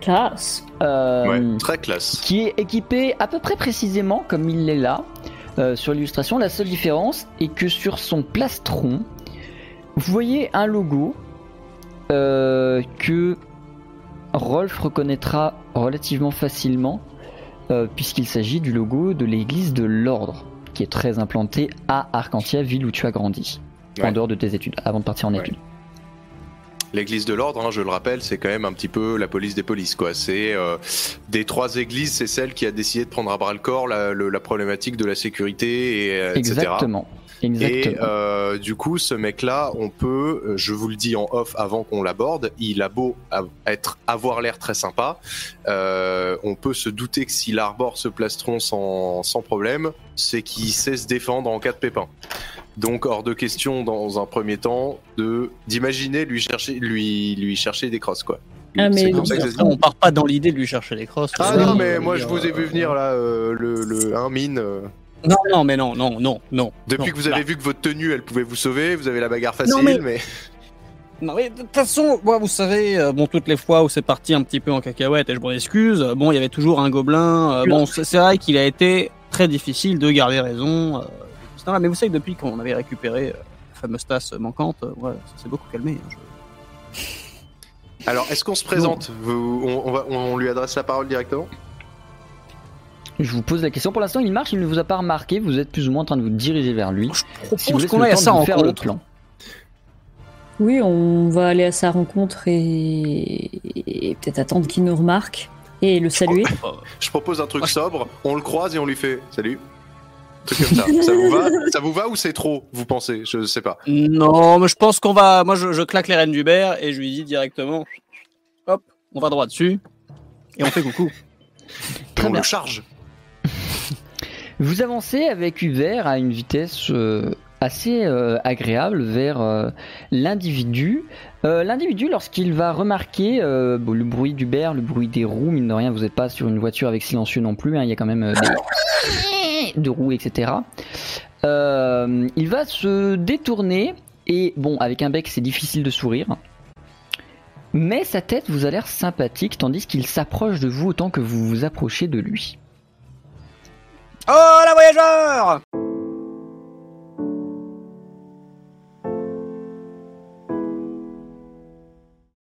S3: Classe.
S2: euh,
S5: Ouais, très classe.
S2: qui est équipé à peu près précisément comme il l'est là euh, sur l'illustration. La seule différence est que sur son plastron, vous voyez un logo euh, que Rolf reconnaîtra relativement facilement euh, puisqu'il s'agit du logo de l'église de l'ordre qui est très implantée à Arcantia, ville où tu as grandi. En
S5: Ouais.
S2: dehors de tes études, avant de partir en
S5: Ouais.
S2: études.
S5: L'église de l'ordre, hein, je le rappelle, c'est quand même un petit peu la police des polices, quoi. C'est euh, des trois églises, c'est celle qui a décidé de prendre à bras le corps la, le- la problématique de la sécurité, et, euh, etc.
S2: Exactement.
S5: Et
S2: Exactement.
S5: euh, du coup, ce mec-là, on peut, euh, je vous le dis en off avant qu'on l'aborde, il a beau av- être, avoir l'air très sympa, euh, on peut se douter que s'il arbore ce plastron sans, sans problème, c'est qu'il sait se défendre en cas de pépin. Donc, hors de question, dans un premier temps, de d'imaginer lui chercher, lui, lui chercher des crosses, quoi.
S3: Ah, mais
S5: C'est
S3: non.
S5: comme ça que ça se dit.
S4: Après, on part pas dans l'idée de lui chercher les crosses.
S5: Ah
S4: Euh,
S5: non,
S4: oui,
S5: mais
S4: euh,
S5: moi je vous ai vu
S4: euh,
S5: venir là, euh, le, le un mine. euh.
S4: Non, non, mais non, non, non, non.
S5: Depuis
S4: non,
S5: que vous avez vu que votre tenue, elle pouvait vous sauver, vous avez la bagarre facile,
S4: mais-
S5: mais...
S4: Non, mais de toute façon, moi, vous savez, euh, bon, toutes les fois où c'est parti un petit peu en cacahuète, et je m'en excuse, euh, bon, il y avait toujours un gobelin. euh, bon, c'est c'est vrai qu'il a été très difficile de garder raison. euh, et tout ça, mais vous savez que depuis qu'on avait récupéré euh, la fameuse tasse manquante, euh, ouais, ça s'est beaucoup calmé. hein, je-
S5: Alors, est-ce qu'on se présente Vous- on, on va- on lui adresse la parole directement
S2: Je vous pose la question. Pour l'instant, il marche, il ne vous a pas remarqué. Vous êtes plus ou moins en train de vous diriger vers lui.
S4: Je
S2: Si vous
S4: propose
S2: laissez
S4: qu'on
S2: le
S4: aille à
S2: temps
S4: sa
S2: de vous faire le
S4: rencontre.
S2: plan.
S3: Oui, on va aller à sa rencontre et, et peut-être attendre qu'il nous remarque et le saluer.
S5: Je propose un truc sobre, on le croise et on lui fait salut. Un truc comme ça. ça vous va Ça vous va ou c'est trop, vous pensez Je sais pas.
S4: Non, mais je pense qu'on va. Moi, je, je claque les rênes d'Hubert et je lui dis directement hop, on va droit dessus et on fait coucou.
S5: on
S2: Très bien.
S5: le charge.
S2: Vous avancez avec Hubert à une vitesse euh, assez euh, agréable vers euh, l'individu. Euh, l'individu, lorsqu'il va remarquer euh, bon, le bruit d'Hubert, le bruit des roues, mine de rien, vous n'êtes pas sur une voiture avec silencieux non plus. hein, il y a quand même euh, des... de roues, etc. Euh, il va se détourner et bon, avec un bec, c'est difficile de sourire. Mais sa tête vous a l'air sympathique, tandis qu'il s'approche de vous autant que vous vous approchez de lui.
S4: Oh la voyageur